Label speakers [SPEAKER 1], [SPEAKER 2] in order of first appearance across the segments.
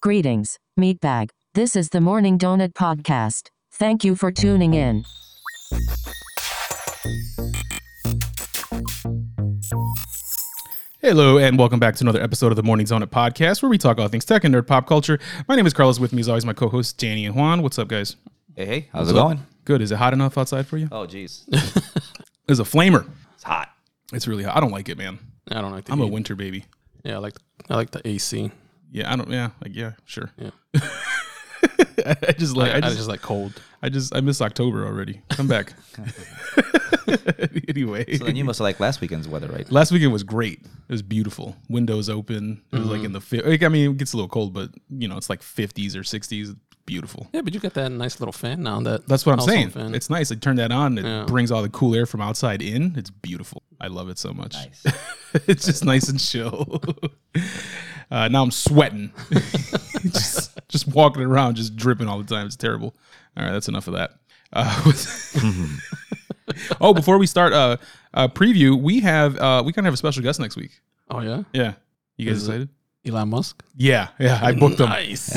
[SPEAKER 1] Greetings, Meatbag. This is the Morning Donut Podcast. Thank you for tuning in.
[SPEAKER 2] Hello, and welcome back to another episode of the Morning Zone at Podcast, where we talk all things tech and nerd pop culture. My name is Carlos. With me, as always, my co hosts, Danny and Juan. What's up, guys?
[SPEAKER 3] Hey, hey, how's it going?
[SPEAKER 2] Good. Is it hot enough outside for you?
[SPEAKER 3] Oh, geez,
[SPEAKER 2] There's a flamer.
[SPEAKER 3] it's hot.
[SPEAKER 2] It's really hot. I don't like it, man.
[SPEAKER 4] I don't like the
[SPEAKER 2] I'm a
[SPEAKER 4] heat.
[SPEAKER 2] winter baby.
[SPEAKER 4] Yeah, I like I like the AC.
[SPEAKER 2] Yeah, I don't. Yeah, like yeah, sure.
[SPEAKER 4] Yeah.
[SPEAKER 2] I just like.
[SPEAKER 4] I,
[SPEAKER 2] I just. I just.
[SPEAKER 4] like cold.
[SPEAKER 2] I, miss October already. Come back. anyway,
[SPEAKER 3] So then you must have liked last weekend's weather, right?
[SPEAKER 2] last weekend was great. It was beautiful. Windows open. It was
[SPEAKER 4] Mm-hmm.
[SPEAKER 2] like in the. fi- Like, I mean, it gets a little cold, but you know, it's like 50s or 60s. Beautiful.
[SPEAKER 4] Yeah, but you got that nice little fan now. That
[SPEAKER 2] That's what I'm
[SPEAKER 4] household
[SPEAKER 2] saying.
[SPEAKER 4] Fan.
[SPEAKER 2] It's nice. I turn that on. It
[SPEAKER 4] Yeah.
[SPEAKER 2] brings all the cool air from outside in. It's beautiful. I love it so much. it's just nice and chill. uh, now I'm sweating. just, just walking around, just dripping all the time. It's terrible. All right, that's enough of that. Uh, with- oh, before we start uh, uh, preview, we have uh, we kind of have a special guest next week.
[SPEAKER 4] oh yeah,
[SPEAKER 2] Yeah, you guys
[SPEAKER 4] Is it-
[SPEAKER 2] excited?
[SPEAKER 4] Elon Musk.
[SPEAKER 2] Yeah, yeah. I booked him.
[SPEAKER 4] Nice.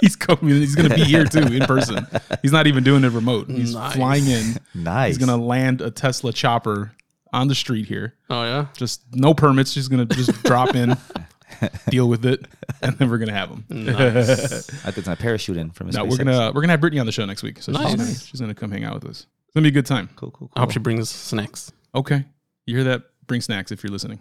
[SPEAKER 2] He's coming. He's gonna be here too in person. He's not even doing it remote. He's
[SPEAKER 4] Nice.
[SPEAKER 2] flying in.
[SPEAKER 3] Nice.
[SPEAKER 2] He's gonna land a Tesla chopper on the street here.
[SPEAKER 4] oh yeah.
[SPEAKER 2] Just no permits. Just gonna just drop in, deal with it, and then we're gonna have him.
[SPEAKER 4] Nice.
[SPEAKER 3] I think it's my parachute in from his.
[SPEAKER 2] No, we're gonna we're gonna have Brittany on the show next week. So she's, gonna,
[SPEAKER 4] Nice.
[SPEAKER 2] she's gonna come hang out with us. It's gonna be a good time.
[SPEAKER 3] Cool, cool, cool.
[SPEAKER 4] I hope she brings snacks.
[SPEAKER 2] Okay, you hear that? Bring snacks if you're listening.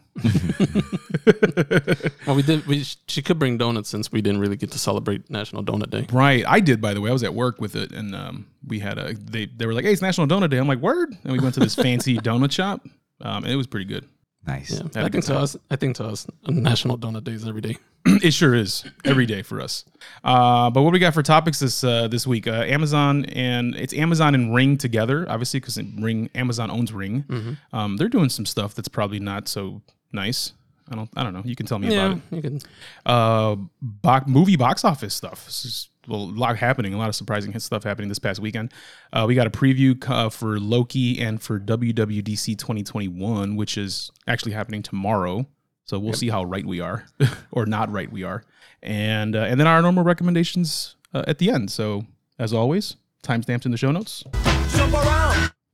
[SPEAKER 4] Well, we did. We sh- she could bring donuts since we didn't really get to celebrate National Donut Day.
[SPEAKER 2] Right, I did. By the way, I was at work with it, and um, we had a they they were like, "Hey, it's National Donut Day." I'm like, "Word!" And we went to this fancy donut shop, um, and it was pretty good.
[SPEAKER 3] nice.
[SPEAKER 4] Yeah,
[SPEAKER 2] a
[SPEAKER 4] I
[SPEAKER 2] good
[SPEAKER 4] think to us, I think to us, National Donut Day is every day.
[SPEAKER 2] it sure is every day for us. Uh, but what we got for topics this uh, this week? Uh, Amazon and it's Amazon and Ring together, obviously, because Ring Amazon owns Ring. Um, they're doing some stuff that's probably not so nice. I don't I don't know. You can tell me
[SPEAKER 4] Yeah,
[SPEAKER 2] about it.
[SPEAKER 4] you can.
[SPEAKER 2] Uh, bo- movie box office stuff. This is a lot happening. A lot of surprising hit stuff happening this past weekend. Uh, we got a preview uh, for Loki and for WWDC 2021, which is actually happening tomorrow. So we'll see how right we are, or not right we are, and uh, and then our normal recommendations uh, at the end. So as always, timestamps in the show notes.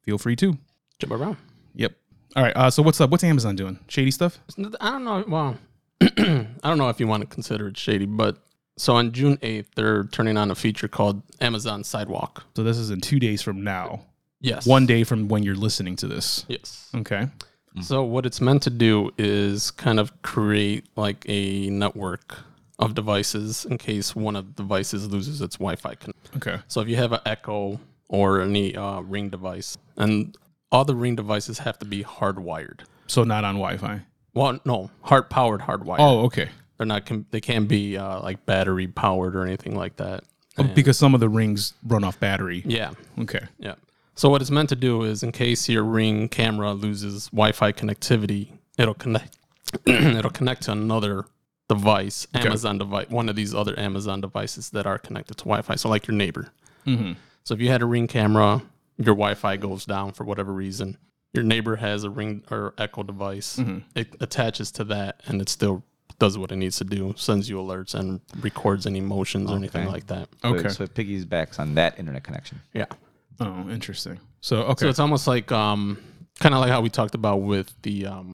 [SPEAKER 2] Feel free to.
[SPEAKER 4] Jump around.
[SPEAKER 2] Yep. All right. Uh, so what's up? What's Amazon doing? Shady stuff.
[SPEAKER 4] I don't know. Well, I don't know if you want to consider it shady, but so on June 8th, they're turning on a feature called Amazon Sidewalk.
[SPEAKER 2] So this is in two days from now.
[SPEAKER 4] Yes.
[SPEAKER 2] One day from when you're listening to this.
[SPEAKER 4] Yes.
[SPEAKER 2] Okay.
[SPEAKER 4] So what it's meant to do is kind of create like a network of devices in case one of the devices loses its Wi-Fi. Con-
[SPEAKER 2] Okay.
[SPEAKER 4] so if you have an Echo or any uh, Ring device, and all the Ring devices have to be hardwired.
[SPEAKER 2] So not on Wi-Fi.
[SPEAKER 4] Well, no, hard powered hardwired.
[SPEAKER 2] Oh, okay.
[SPEAKER 4] They're not. Com- they can't be uh, like battery powered or anything like that.
[SPEAKER 2] Oh, Because some of the rings run off battery.
[SPEAKER 4] Yeah.
[SPEAKER 2] Okay.
[SPEAKER 4] Yeah. So what it's meant to do is, in case your Ring camera loses Wi-Fi connectivity, it'll connect. it'll connect to another device, Amazon device, one of these other Amazon devices that are connected to Wi-Fi. So like your neighbor. So if you had a Ring camera, your Wi-Fi goes down for whatever reason. Your neighbor has a Ring or Echo device. It attaches to that, and it still does what it needs to do, sends you alerts, and records any motions or anything
[SPEAKER 3] Okay.
[SPEAKER 4] like that.
[SPEAKER 2] Okay.
[SPEAKER 3] So it piggybacks on that internet connection.
[SPEAKER 4] Yeah.
[SPEAKER 2] Oh, interesting. So
[SPEAKER 4] So
[SPEAKER 2] okay.
[SPEAKER 4] it's almost like um, kind of like how we talked about with the um,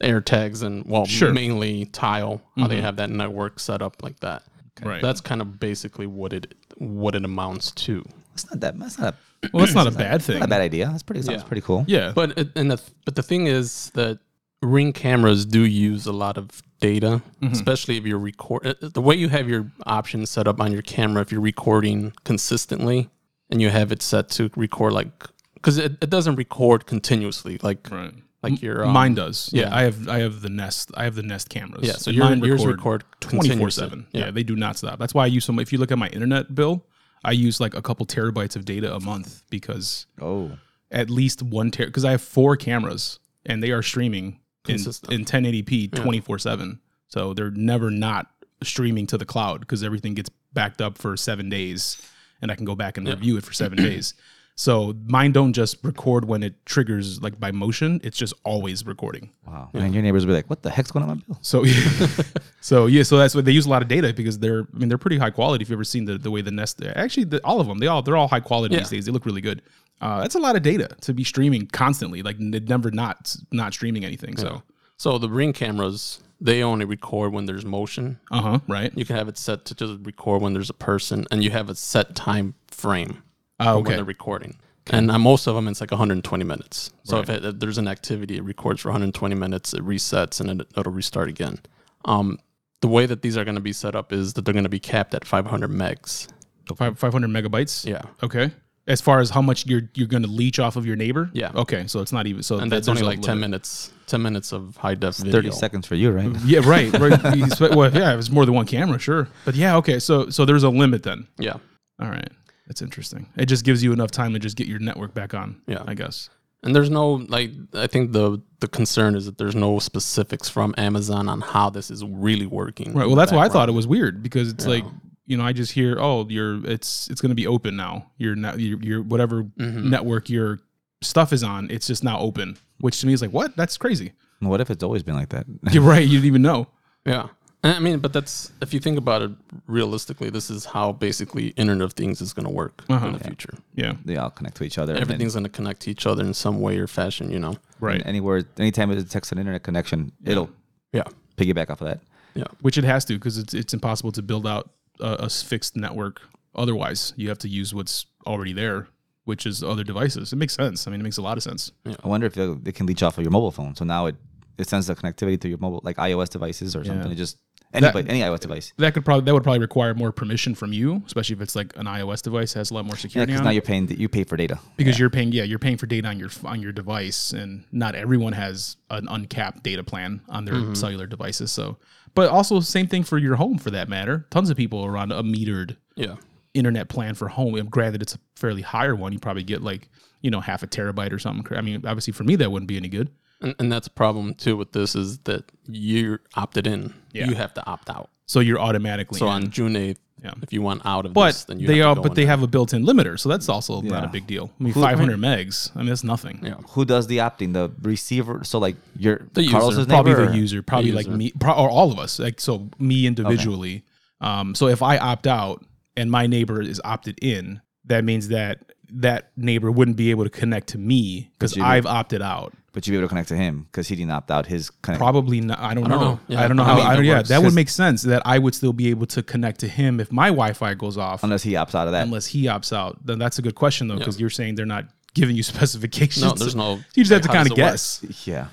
[SPEAKER 4] air tags and well,
[SPEAKER 2] Sure. Mm-hmm.
[SPEAKER 4] mainly tile. How they have that network set up like that.
[SPEAKER 2] right.
[SPEAKER 4] That's kind of basically what it what it amounts to.
[SPEAKER 3] That's not that. That's not a,
[SPEAKER 2] well, that's not a bad thing.
[SPEAKER 3] not a bad idea. That's pretty. Sounds
[SPEAKER 4] Yeah.
[SPEAKER 3] pretty cool.
[SPEAKER 2] Yeah.
[SPEAKER 4] But it, and the, but the thing is that ring cameras do use a lot of data,
[SPEAKER 2] Mm-hmm.
[SPEAKER 4] especially if you're record uh, the way you have your options set up on your camera. If you're recording consistently and you have it set to record like because it, it doesn't record continuously like
[SPEAKER 2] right.
[SPEAKER 4] like your um,
[SPEAKER 2] Mine does. Yeah,
[SPEAKER 4] yeah.
[SPEAKER 2] I have I have the Nest I have the Nest cameras.
[SPEAKER 4] Yeah, so
[SPEAKER 2] And
[SPEAKER 4] your-
[SPEAKER 2] mine
[SPEAKER 4] yours record
[SPEAKER 2] twenty four seven.
[SPEAKER 4] continuously.
[SPEAKER 2] Yeah,
[SPEAKER 4] Yeah.
[SPEAKER 2] they do not stop. That's why I use some. If you look at my internet bill, I use like a couple terabytes of data a month because
[SPEAKER 3] Oh,
[SPEAKER 2] at least one ter because I have four cameras and they are streaming in,
[SPEAKER 4] Consistent.
[SPEAKER 2] in 1080p 24 7. So they're never not streaming to the cloud because everything gets backed up for seven days and I can go back and review it for seven days. So mine don't just record when it triggers like by motion; it's just always recording.
[SPEAKER 3] Wow. And your neighbors will be like, what the heck's going on my bill?
[SPEAKER 2] So, so yeah, so that's what they use a lot of data because they're, I mean, they're pretty high quality. If you've ever seen the, the way the Nest, actually, the, all of them, they all they're all high quality these
[SPEAKER 4] Yeah.
[SPEAKER 2] days. They look really good. Uh, that's a lot of data to be streaming constantly, like n- never not not streaming anything. So,
[SPEAKER 4] So the ring cameras, they only record when there's motion.
[SPEAKER 2] uh huh, right?
[SPEAKER 4] You can have it set to just record when there's a person, and you have a set time frame
[SPEAKER 2] Oh,
[SPEAKER 4] for
[SPEAKER 2] okay.
[SPEAKER 4] when they're recording. And on most of them, it's like 120 minutes. So if, it, if there's an activity, it records for 120 minutes, it resets, and it, it'll restart again. Um, the way that these are going to be set up is that they're going to be capped at 500 megs.
[SPEAKER 2] Five five hundred megabytes.
[SPEAKER 4] Yeah.
[SPEAKER 2] Okay. As far as how much you're you're going to leech off of your neighbor.
[SPEAKER 4] Yeah.
[SPEAKER 2] Okay. So it's not even. So
[SPEAKER 4] And
[SPEAKER 2] that-
[SPEAKER 4] that's
[SPEAKER 2] there's
[SPEAKER 4] only
[SPEAKER 2] a
[SPEAKER 4] like 10
[SPEAKER 2] limit.
[SPEAKER 4] minutes, 10 minutes of high def video.
[SPEAKER 3] 30 seconds for you, right?
[SPEAKER 2] Yeah. Right. Right. You spe- well, yeah. If it's more than one camera, sure. But yeah. Okay. So so there's a limit then.
[SPEAKER 4] Yeah.
[SPEAKER 2] All right. That's interesting. It just gives you enough time to just get your network back on.
[SPEAKER 4] Yeah.
[SPEAKER 2] I guess.
[SPEAKER 4] And there's no like I think the the concern is that there's no specifics from Amazon on how this is really working.
[SPEAKER 2] Right. Well, that's why I thought it was weird because it's like you know I just hear oh you're it's it's going to be open now. You're not you're, you're whatever network your stuff is on. It's just now open, which to me is like what? That's crazy.
[SPEAKER 3] And what if it's always been like that?
[SPEAKER 2] You're right. You didn't even know.
[SPEAKER 4] Yeah. And I mean, but that's if you think about it realistically, this is how basically Internet of Things is going to work
[SPEAKER 2] Uh-huh.
[SPEAKER 4] in the future.
[SPEAKER 2] Yeah.
[SPEAKER 3] they all connect to each other. and then-
[SPEAKER 4] Everything's going to connect to each other in some way or fashion, you know.
[SPEAKER 2] Right.
[SPEAKER 3] Anywhere, anytime it detects an internet connection, it'll
[SPEAKER 4] Yeah.
[SPEAKER 3] piggyback off of that.
[SPEAKER 4] Yeah.
[SPEAKER 2] which it has to because it's it's impossible to build out a, a fixed network otherwise you have to use what's already there which is other devices it makes sense i mean it makes a lot of sense
[SPEAKER 3] I wonder if they'll- they can leech off of your mobile phone. So now it, it sends the connectivity to your mobile, like iOS devices or something. It just any,
[SPEAKER 2] That-
[SPEAKER 3] any iOS device.
[SPEAKER 2] that could probably that would probably require more permission from you especially if it's like an ios device has a lot more
[SPEAKER 3] Yeah,
[SPEAKER 2] security
[SPEAKER 3] because
[SPEAKER 2] on
[SPEAKER 3] now
[SPEAKER 2] it.
[SPEAKER 3] you're paying. You pay for data.
[SPEAKER 2] because you're paying yeah you're paying for data on your on your device and not everyone has an uncapped data plan on their
[SPEAKER 4] Mm-hmm.
[SPEAKER 2] cellular devices so but also same thing for your home for that matter tons of people are on a metered
[SPEAKER 4] Yeah.
[SPEAKER 2] internet plan for home. And Granted, it's a fairly higher one. You probably get like you know half a terabyte or something. cra- I mean, obviously for me that wouldn't be any good.
[SPEAKER 4] And, and that's a problem too with this is that you're opted in.
[SPEAKER 2] Yeah.
[SPEAKER 4] You have to opt out.
[SPEAKER 2] So you're automatically
[SPEAKER 4] So
[SPEAKER 2] in.
[SPEAKER 4] on June 8th,
[SPEAKER 2] Yeah.
[SPEAKER 4] if you want out of
[SPEAKER 2] but
[SPEAKER 4] this, then you
[SPEAKER 2] they are
[SPEAKER 4] have to go
[SPEAKER 2] but
[SPEAKER 4] in
[SPEAKER 2] they
[SPEAKER 4] there.
[SPEAKER 2] have a built-in limiter, so that's also not a
[SPEAKER 3] Yeah.
[SPEAKER 2] big deal. I mean, 500 megs. I mean, that's nothing.
[SPEAKER 4] Yeah.
[SPEAKER 3] Who does the opting? The receiver. So like your
[SPEAKER 4] The
[SPEAKER 3] Carlos's
[SPEAKER 4] user,
[SPEAKER 3] neighbor.
[SPEAKER 2] Probably
[SPEAKER 3] or-
[SPEAKER 2] the user, probably like
[SPEAKER 4] user.
[SPEAKER 2] me pro- or all of us. Like so, me individually. Um, so if I opt out and my neighbor is opted in, that means that that neighbor wouldn't be able to connect to me because
[SPEAKER 3] you-
[SPEAKER 2] I've opted out.
[SPEAKER 3] But you'd be able to connect to him because he didn't opt out his connect.
[SPEAKER 2] Probably not. I don't,
[SPEAKER 4] don't
[SPEAKER 2] know.
[SPEAKER 4] know. Yeah,
[SPEAKER 2] I don't know
[SPEAKER 4] I
[SPEAKER 2] how.
[SPEAKER 4] mean,
[SPEAKER 2] I don't,
[SPEAKER 4] that
[SPEAKER 2] yeah,
[SPEAKER 4] works.
[SPEAKER 2] that would
[SPEAKER 4] 'Cause-
[SPEAKER 2] make sense that I would still be able to connect to him if my Wi-Fi goes off, unless,
[SPEAKER 3] unless he opts out of that.
[SPEAKER 2] he opts out. Then that's a good question though, because you're saying they're not giving you specifications.
[SPEAKER 4] No, there's no-
[SPEAKER 2] You just have
[SPEAKER 4] like,
[SPEAKER 2] to
[SPEAKER 4] how
[SPEAKER 2] kind of
[SPEAKER 4] does it work?
[SPEAKER 2] guess.
[SPEAKER 3] yeah.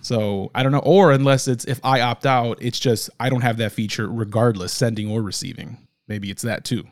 [SPEAKER 2] So I don't know, or unless it's if I opt out, it's just I don't have that feature regardless, sending or receiving. Maybe it's that too,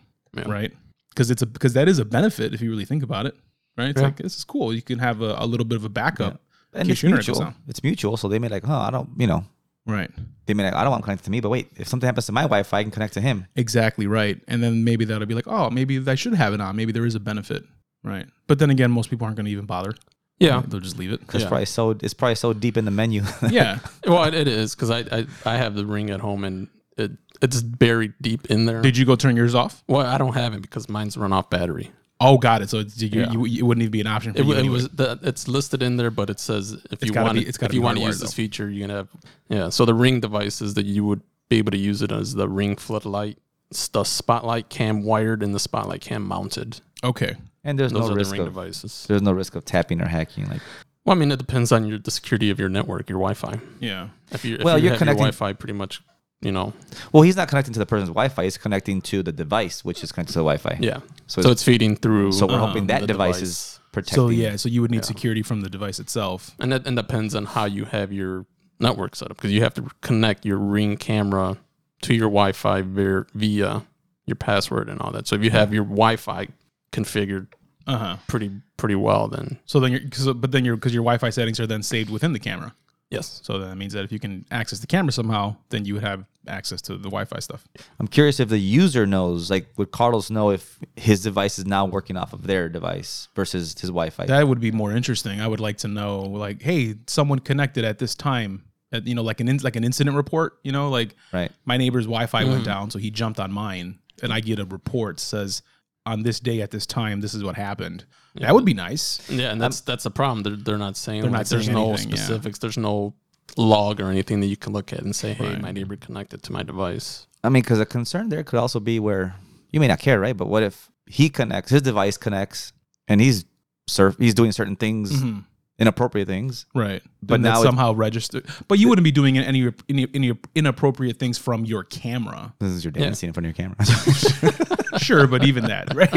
[SPEAKER 2] right? Because it's a because that is a benefit if you really think about it, right? It's like this is cool. You can have a, a little bit of a backup. in
[SPEAKER 3] And
[SPEAKER 2] case
[SPEAKER 3] it's
[SPEAKER 2] your internet goes
[SPEAKER 3] mutual.
[SPEAKER 2] down.
[SPEAKER 3] It's mutual. So they may like, oh, I don't, you know,
[SPEAKER 2] right?
[SPEAKER 3] they may like, I don't want to connect to me. But wait, if something happens to my Wi-Fi, I can connect to him.
[SPEAKER 2] Exactly right. And then maybe that'll be like, oh, maybe I should have it on. Maybe there is a benefit. Right. But then again, most people aren't going to even bother.
[SPEAKER 4] Yeah.
[SPEAKER 2] They'll just leave it.
[SPEAKER 3] It's probably so. It's probably so deep in the menu.
[SPEAKER 2] Yeah.
[SPEAKER 4] Well, it, it is because I, I I have the ring at home and it it's buried deep in there.
[SPEAKER 2] Did you go turn yours off?
[SPEAKER 4] well, I don't have it because mine's run off battery.
[SPEAKER 2] Oh, got it. So it's, you, you, it wouldn't even be an option for
[SPEAKER 4] It,
[SPEAKER 2] you.
[SPEAKER 4] wa- it
[SPEAKER 2] anyway.
[SPEAKER 4] was the, it's listed in there, but it says if you
[SPEAKER 2] gotta
[SPEAKER 4] want
[SPEAKER 2] be-
[SPEAKER 4] it-
[SPEAKER 2] it's gotta
[SPEAKER 4] if you
[SPEAKER 2] be
[SPEAKER 4] want to
[SPEAKER 2] hardwired,
[SPEAKER 4] use this
[SPEAKER 2] though.
[SPEAKER 4] feature, you're gonna have yeah. So the ring device is that you would be able to use it as the ring floodlight, s- the spotlight cam wired, and the spotlight cam mounted.
[SPEAKER 2] okay.
[SPEAKER 3] and there's
[SPEAKER 4] Those
[SPEAKER 3] no
[SPEAKER 4] are the
[SPEAKER 3] risk
[SPEAKER 4] ring
[SPEAKER 3] of
[SPEAKER 4] devices.
[SPEAKER 3] there's no risk of tapping or hacking. Like,
[SPEAKER 4] Well, I mean, it depends on your the security of your network, your Wi-Fi.
[SPEAKER 2] Yeah.
[SPEAKER 4] If you if
[SPEAKER 3] Well,
[SPEAKER 4] you
[SPEAKER 3] you're
[SPEAKER 4] have
[SPEAKER 3] connecting-
[SPEAKER 4] your Wi-Fi pretty much, you know,
[SPEAKER 3] well, he's not connecting to the person's Wi-Fi. He's connecting to the device, which is connected to the Wi-Fi.
[SPEAKER 4] yeah.
[SPEAKER 3] So
[SPEAKER 4] So,
[SPEAKER 3] it's-
[SPEAKER 4] it's feeding through.
[SPEAKER 3] So we're
[SPEAKER 4] um,
[SPEAKER 3] hoping that
[SPEAKER 4] the
[SPEAKER 3] device,
[SPEAKER 4] device.
[SPEAKER 3] is protected.
[SPEAKER 2] Uh-huh. So yeah, so you would need security from the device itself.
[SPEAKER 4] and that and depends on how you have your network set up because you have to connect your ring camera to your wi-fi via, via your password and all that so if you have your wi-fi configured
[SPEAKER 2] Uh huh.
[SPEAKER 4] pretty pretty well then
[SPEAKER 2] So then you're, cause, but then you're, because your Wi Fi settings are then saved within the camera.
[SPEAKER 4] yes
[SPEAKER 2] So that means that if you can access the camera somehow, then you would have access to the Wi Fi stuff.
[SPEAKER 3] I'm curious if the user knows, like, would Carlos know if his device is now working off of their device versus his Wi-Fi?
[SPEAKER 2] That would be more interesting. I would like to know, like, hey, someone connected at this time. At, you know, like an in, like an incident report. You know, like
[SPEAKER 3] right.
[SPEAKER 2] my neighbor's Wi-Fi went down, so he jumped on mine, and I get a report says on this day at this time, this is what happened. That would be nice.
[SPEAKER 4] Yeah, and that's that's the problem. They're they're not saying
[SPEAKER 2] They're
[SPEAKER 4] like,
[SPEAKER 2] not
[SPEAKER 4] there's
[SPEAKER 2] saying
[SPEAKER 4] no
[SPEAKER 2] anything, yeah.
[SPEAKER 4] specifics. There's no log or anything that you can look at and say, hey, my neighbor connected to my device.
[SPEAKER 3] I mean, because a concern there could also be where you may not care, right? But what if he connects, his device connects, and he's surf, he's doing certain things,
[SPEAKER 2] Mm-hmm.
[SPEAKER 3] inappropriate things.
[SPEAKER 2] Right.
[SPEAKER 3] But
[SPEAKER 2] But now
[SPEAKER 3] now it-
[SPEAKER 2] somehow registered. But you wouldn't be doing any, any any inappropriate things from your camera.
[SPEAKER 3] This is your
[SPEAKER 4] Yeah.
[SPEAKER 3] dancing in front of your camera.
[SPEAKER 2] Sure, but even that, right?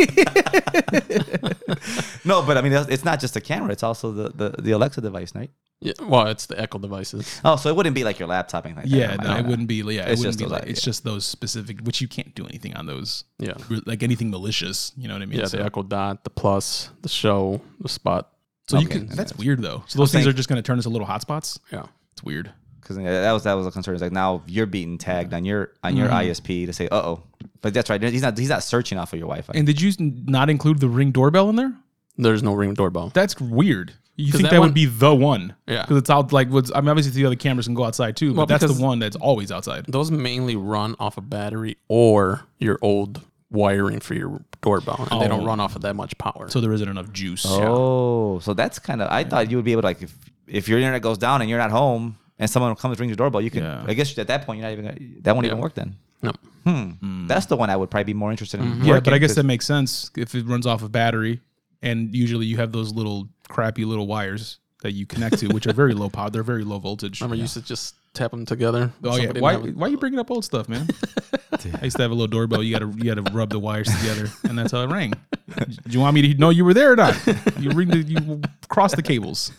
[SPEAKER 3] no, but I mean, that's- it's not just the camera; it's also the, the, the Alexa device, right?
[SPEAKER 4] Yeah, well, it's the Echo devices.
[SPEAKER 3] Oh, so it wouldn't be like your laptop and like that.
[SPEAKER 2] yeah,
[SPEAKER 3] Never
[SPEAKER 2] no,
[SPEAKER 3] mind.
[SPEAKER 2] it wouldn't be. Yeah, it
[SPEAKER 3] It's
[SPEAKER 2] wouldn't
[SPEAKER 3] just
[SPEAKER 2] be
[SPEAKER 3] those,
[SPEAKER 2] like it's
[SPEAKER 3] yeah.
[SPEAKER 2] just those specific, which you can't do anything on those.
[SPEAKER 4] Yeah.
[SPEAKER 2] like anything malicious. You know what I mean?
[SPEAKER 4] Yeah,
[SPEAKER 2] so
[SPEAKER 4] the Echo Dot, the Plus, the Show, the Spot.
[SPEAKER 2] so you
[SPEAKER 3] Okay.
[SPEAKER 2] can. That's weird though. So those things
[SPEAKER 3] thank-
[SPEAKER 2] are just going to turn into little hotspots.
[SPEAKER 4] Yeah.
[SPEAKER 2] It's weird.
[SPEAKER 3] because that was that was a concern. It's like now you're being tagged on your on
[SPEAKER 2] Mm-hmm.
[SPEAKER 3] your ISP to say, uh oh. But that's right. He's not he's not searching off of your Wi-Fi.
[SPEAKER 2] And did you n- not include the ring doorbell in there?
[SPEAKER 4] There's no Ring doorbell.
[SPEAKER 2] That's weird. You
[SPEAKER 4] 'Cause
[SPEAKER 2] think that,
[SPEAKER 4] that
[SPEAKER 2] would
[SPEAKER 4] one-
[SPEAKER 2] be the one?
[SPEAKER 4] Yeah.
[SPEAKER 2] because it's out like. What's, I mean, obviously the other cameras can go outside too, but
[SPEAKER 4] Well,
[SPEAKER 2] that's the
[SPEAKER 4] because-
[SPEAKER 2] one that's always outside.
[SPEAKER 4] Those mainly run off of battery or your old wiring for your doorbell, and they don't
[SPEAKER 2] Oh.
[SPEAKER 4] run off of that much power.
[SPEAKER 2] So there isn't enough juice.
[SPEAKER 3] Oh, so that's kind of. I thought you would be able to like if if your internet goes down and you're not home and someone comes rings your doorbell, you can.
[SPEAKER 2] Yeah.
[SPEAKER 3] I guess at that point you're not even gonna, that won't even work then.
[SPEAKER 4] no.
[SPEAKER 3] That's the one I would probably be more interested in.
[SPEAKER 2] Mm. Mm-hmm. Yeah, but
[SPEAKER 3] working
[SPEAKER 2] I guess
[SPEAKER 3] 'cause-
[SPEAKER 2] that makes sense if it runs off of battery, and usually you have those little crappy little wires that you connect to, which are very low power. They're very low voltage.
[SPEAKER 4] Remember, you used to just tap them together.
[SPEAKER 2] Oh yeah,
[SPEAKER 4] Somebody
[SPEAKER 2] why,
[SPEAKER 4] never-
[SPEAKER 2] why are you bringing up old stuff, man? I used to have a little doorbell. You gotta you gotta rub the wires together, and that's how it rang. Do you want me to know you were there or not? You ring the, you cross the cables.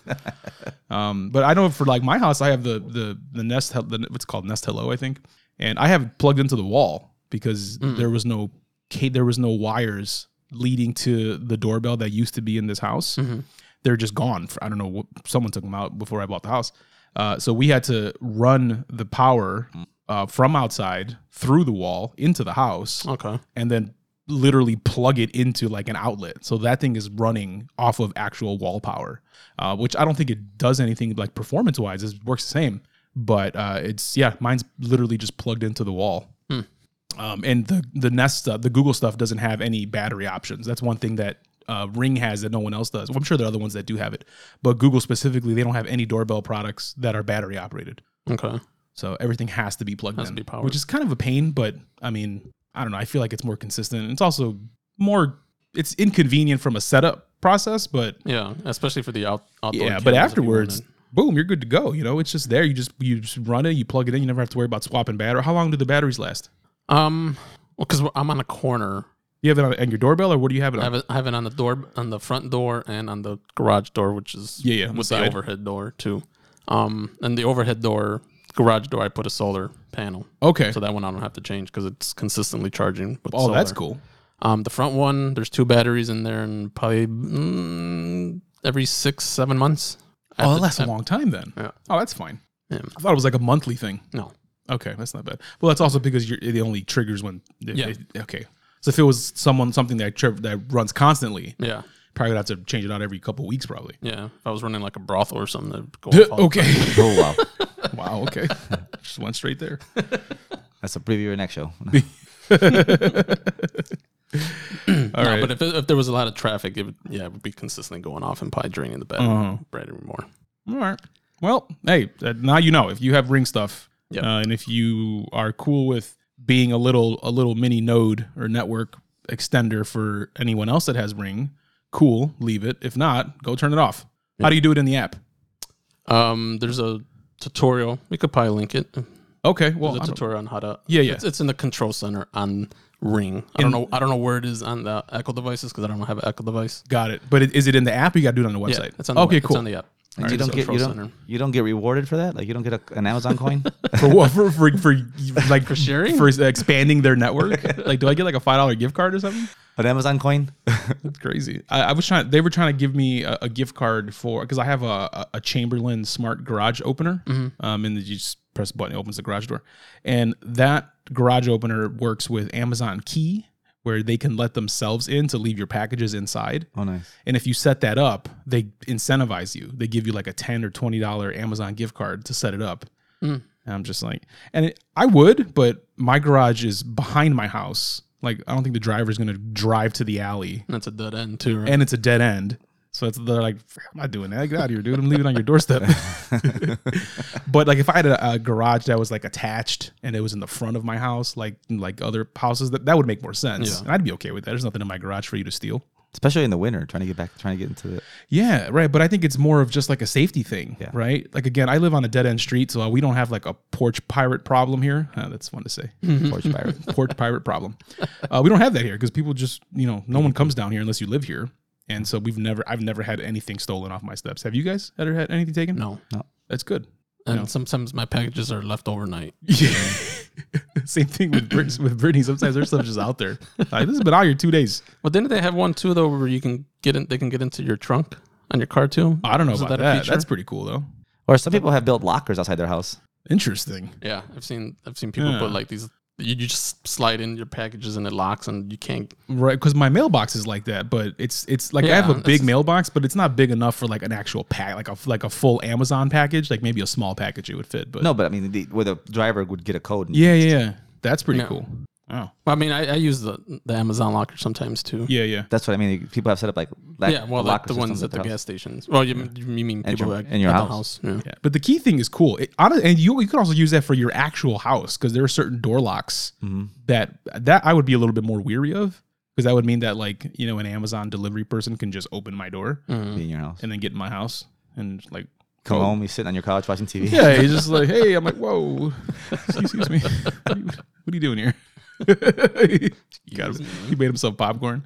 [SPEAKER 2] Um, but I know for like my house, I have the the the Nest Hel- the, what's it called Nest Hello, I think, and I have it plugged into the wall because there was no ca- there was no wires leading to the doorbell that used to be in this house. They're just gone. For, I don't know. What, someone took them out before I bought the house. Uh, so we had to run the power uh, from outside through the wall into the house
[SPEAKER 4] Okay.
[SPEAKER 2] and then literally plug it into like an outlet. So that thing is running off of actual wall power, uh, which I don't think it does anything like performance wise. It works the same, but uh, it's yeah, mine's literally just plugged into the wall. Um, and the the Nest stuff, the Google stuff doesn't have any battery options. That's one thing that uh, Ring has that no one else does. Well, I'm sure there are other ones that do have it, but Google specifically, they don't have any doorbell products that are battery operated.
[SPEAKER 4] Okay.
[SPEAKER 2] So everything has to be plugged
[SPEAKER 4] Has to
[SPEAKER 2] in,
[SPEAKER 4] be powered.
[SPEAKER 2] which is kind of a pain. But I mean, I don't know. I feel like it's more consistent. It's also more. It's inconvenient from a setup process, but
[SPEAKER 4] Yeah, especially for the out, outdoor.
[SPEAKER 2] yeah.
[SPEAKER 4] cameras, if
[SPEAKER 2] But
[SPEAKER 4] you
[SPEAKER 2] afterwards,
[SPEAKER 4] wanted.
[SPEAKER 2] boom, you're good to go. You know, it's just there. You just you just run it. You plug it in. You never have to worry about swapping battery. How long do the batteries last?
[SPEAKER 4] um, well, because I'm on a corner.
[SPEAKER 2] You have it on, on your doorbell, or what do you have it
[SPEAKER 4] I
[SPEAKER 2] on?
[SPEAKER 4] have, it, I have it on the door, on the front door, and on the garage door, which is
[SPEAKER 2] Yeah, yeah, on the
[SPEAKER 4] with the,
[SPEAKER 2] side.
[SPEAKER 4] overhead door too. Um, and the overhead door, garage door, I put a solar panel,
[SPEAKER 2] okay.
[SPEAKER 4] so that one I don't have to change because it's consistently charging. With
[SPEAKER 2] oh, that's
[SPEAKER 4] solar.
[SPEAKER 2] cool.
[SPEAKER 4] Um, the front one, there's two batteries in there, and probably mm, every six, seven months. at
[SPEAKER 2] Oh, that
[SPEAKER 4] the-
[SPEAKER 2] lasts a
[SPEAKER 4] at-
[SPEAKER 2] long time then.
[SPEAKER 4] Yeah.
[SPEAKER 2] Oh, that's fine.
[SPEAKER 4] Yeah.
[SPEAKER 2] I thought it was like a monthly thing.
[SPEAKER 4] No,
[SPEAKER 2] Okay, that's not bad. Well, that's also because you're, it only triggers when.
[SPEAKER 4] Yeah.
[SPEAKER 2] okay. So if it was someone something that tri- that runs constantly,
[SPEAKER 4] yeah,
[SPEAKER 2] probably would have to change it out every couple weeks, probably.
[SPEAKER 4] yeah. If I was running like a brothel or something, that'd go off all the
[SPEAKER 2] okay.
[SPEAKER 3] Oh wow,
[SPEAKER 2] wow. Okay. Just went straight there.
[SPEAKER 3] that's a preview of your next show.
[SPEAKER 2] All
[SPEAKER 4] no,
[SPEAKER 2] right.
[SPEAKER 4] but if, it, if there was a lot of traffic, it would, yeah, it would be consistently going off and probably draining the
[SPEAKER 2] Uh-huh.
[SPEAKER 4] battery, battery more.
[SPEAKER 2] All right. Well, hey, uh, now you know if you have ring stuff,
[SPEAKER 4] Yep.
[SPEAKER 2] uh, and if you are cool with being a little a little mini node or network extender for anyone else that has ring, cool. Leave it. If not, go turn it off. How do you do it in the app?
[SPEAKER 4] Um, there's a tutorial. We could probably link it. There's
[SPEAKER 2] Okay. Well,
[SPEAKER 4] a
[SPEAKER 2] I don't-
[SPEAKER 4] tutorial on how to.
[SPEAKER 2] Yeah, yeah.
[SPEAKER 4] It's, it's in the control center on Ring. I don't know. I don't know where it is on the Echo devices because I don't have an Echo device.
[SPEAKER 2] got it. But it- is it in the app? Or you got to do it on the
[SPEAKER 4] Yeah,
[SPEAKER 2] website.
[SPEAKER 4] it's on the
[SPEAKER 2] okay.
[SPEAKER 4] web-
[SPEAKER 2] Cool.
[SPEAKER 4] It's on the app.
[SPEAKER 3] And you don't get you
[SPEAKER 4] Control
[SPEAKER 3] don't, you don't get rewarded for that. Like you don't get a, an Amazon coin.
[SPEAKER 2] for what for, for, for like for
[SPEAKER 4] sharing?
[SPEAKER 2] for expanding their network like do i get like a five dollar gift card or something
[SPEAKER 3] an Amazon coin.
[SPEAKER 2] that's crazy i, I was trying they were trying to give me a, a gift card for because i have a, a, a chamberlain smart garage opener
[SPEAKER 4] Mm-hmm.
[SPEAKER 2] um and you just press a button it opens the garage door and that garage opener works with amazon key where they can let themselves in to leave your packages inside
[SPEAKER 3] Oh nice.
[SPEAKER 2] and if you set that up, they incentivize you. They give you like a ten or twenty dollar Amazon gift card to set it up. And I'm just like, and it, I would, but my garage is behind my house, Like I don't think the driver's gonna drive to the alley,
[SPEAKER 4] That's a dead end too. Right?
[SPEAKER 2] and it's a dead end. So it's they're like, I'm not doing that. Get out of here, dude. I'm leaving it on your doorstep. but like, if I had a, a garage that was like attached and it was in the front of my house, like like other houses, that, that would make more sense.
[SPEAKER 4] Yeah.
[SPEAKER 2] And I'd be okay with that. There's nothing in my garage for you to steal.
[SPEAKER 3] especially in the winter, trying to get back, trying to get into the
[SPEAKER 2] Yeah, right. But I think it's more of just like a safety thing,
[SPEAKER 3] Yeah.
[SPEAKER 2] right? Like again, I live on a dead end street, so uh, we don't have like a porch pirate problem here. Uh, that's fun to say,
[SPEAKER 4] Hmm.
[SPEAKER 3] porch pirate.
[SPEAKER 2] porch pirate problem. Uh, we don't have that here because people just, you know, no one comes down here unless you live here, and so we've never, I've never had anything stolen off my steps. Have you guys ever had anything taken?
[SPEAKER 4] no,
[SPEAKER 2] that's good.
[SPEAKER 4] and
[SPEAKER 2] No.
[SPEAKER 4] sometimes my packages are left overnight.
[SPEAKER 2] Yeah. Same thing with Brit- with Brittany. Sometimes their stuff just out there. Like, this has been out here two days.
[SPEAKER 4] But didn't they have one too though, where you can get in? They can get into your trunk on your car too.
[SPEAKER 2] I don't know
[SPEAKER 4] Isn't
[SPEAKER 2] about
[SPEAKER 4] that a
[SPEAKER 2] that.
[SPEAKER 4] feature?
[SPEAKER 2] That's pretty cool though.
[SPEAKER 3] Or some people have built lockers outside their house.
[SPEAKER 2] Interesting.
[SPEAKER 4] Yeah, I've seen I've seen people
[SPEAKER 2] Yeah.
[SPEAKER 4] put like these. You, you just slide in your packages and it locks, and you can't.
[SPEAKER 2] Right, because my mailbox is like that, but it's it's like I
[SPEAKER 4] Yeah,
[SPEAKER 2] have a
[SPEAKER 4] that's
[SPEAKER 2] big
[SPEAKER 4] just-
[SPEAKER 2] mailbox, but it's not big enough for like an actual pack, like a like a full Amazon package, like maybe a small package it would fit. But
[SPEAKER 3] No, but I mean, the, where the driver would get a code. And,
[SPEAKER 2] yeah, yeah, yeah, that's pretty
[SPEAKER 4] No.
[SPEAKER 2] cool. Oh,
[SPEAKER 4] I mean, I, I use the the Amazon locker sometimes too.
[SPEAKER 2] yeah, yeah,
[SPEAKER 3] That's what I mean. People have set up like, like
[SPEAKER 4] yeah, well, like
[SPEAKER 3] locker
[SPEAKER 4] the
[SPEAKER 3] systems
[SPEAKER 4] ones at the
[SPEAKER 3] their
[SPEAKER 4] gas
[SPEAKER 3] house.
[SPEAKER 4] stations. Well, you, you mean
[SPEAKER 3] At
[SPEAKER 4] people
[SPEAKER 3] your-
[SPEAKER 4] at,
[SPEAKER 3] in your
[SPEAKER 4] at
[SPEAKER 3] house.
[SPEAKER 4] The house. Yeah.
[SPEAKER 2] yeah. But the key thing is cool. It, honest, and you you could also use that for your actual house because there are certain door locks that that I would be a little bit more weary of because that would mean that like you know an Amazon delivery person can just open my door
[SPEAKER 3] Be in your house.
[SPEAKER 2] and then get in my house and like
[SPEAKER 3] Come home, you sitting on your couch watching TV.
[SPEAKER 2] Oh. Yeah, he's just like, hey, I'm like, whoa, excuse me, what are you, what are you doing here? he, got him, he made himself popcorn.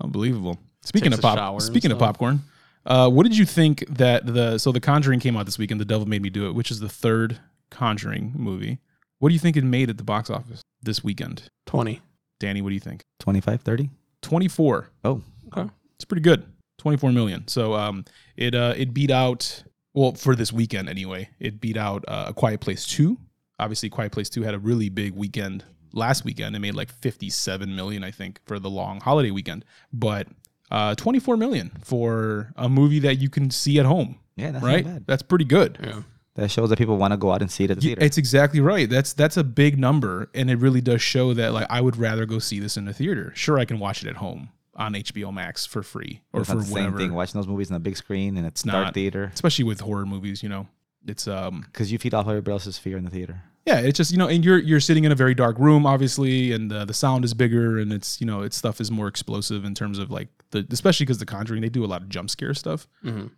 [SPEAKER 2] Unbelievable. Speaking
[SPEAKER 4] Takes
[SPEAKER 2] of
[SPEAKER 4] a
[SPEAKER 2] pop,
[SPEAKER 4] shower
[SPEAKER 2] speaking of
[SPEAKER 4] and stuff.
[SPEAKER 2] popcorn, uh, what did you think that the so the Conjuring came out this weekend? The Devil Made Me Do It, which is the third Conjuring movie. What do you think it made at the box office this weekend,
[SPEAKER 4] Twenty.
[SPEAKER 2] Danny? What do you think?
[SPEAKER 3] 25, 30?
[SPEAKER 2] Twenty four.
[SPEAKER 3] Oh,
[SPEAKER 4] Okay.
[SPEAKER 2] It's pretty good. 24 million. So um it uh it beat out well for this weekend anyway. It beat out uh, A Quiet Place 2. Obviously Quiet Place 2 had a really big weekend last weekend. It made like 57 million I think for the long holiday weekend. But uh 24 million for a movie that you can see at home,
[SPEAKER 3] yeah, that's
[SPEAKER 2] right?
[SPEAKER 3] not bad.
[SPEAKER 2] That's pretty good.
[SPEAKER 4] Yeah.
[SPEAKER 3] That shows that people want to go out and see it at the
[SPEAKER 2] Yeah,
[SPEAKER 3] theater.
[SPEAKER 2] It's exactly right. That's that's a big number, and it really does show that like I would rather go see this in the theater. Sure, I can watch it at home on HBO Max for free or
[SPEAKER 3] It's
[SPEAKER 2] for
[SPEAKER 3] not the same
[SPEAKER 2] whatever.
[SPEAKER 3] thing watching those movies on a big screen and it's
[SPEAKER 2] not.
[SPEAKER 3] dark theater
[SPEAKER 2] especially with horror movies. You know, it's um
[SPEAKER 3] because you feed off everybody else's fear in the theater.
[SPEAKER 2] yeah, it's just you know, and you're you're sitting in a very dark room, obviously, and uh, the sound is bigger, and it's you know, it's stuff is more explosive in terms of like the especially because the Conjuring they do a lot of jump scare stuff,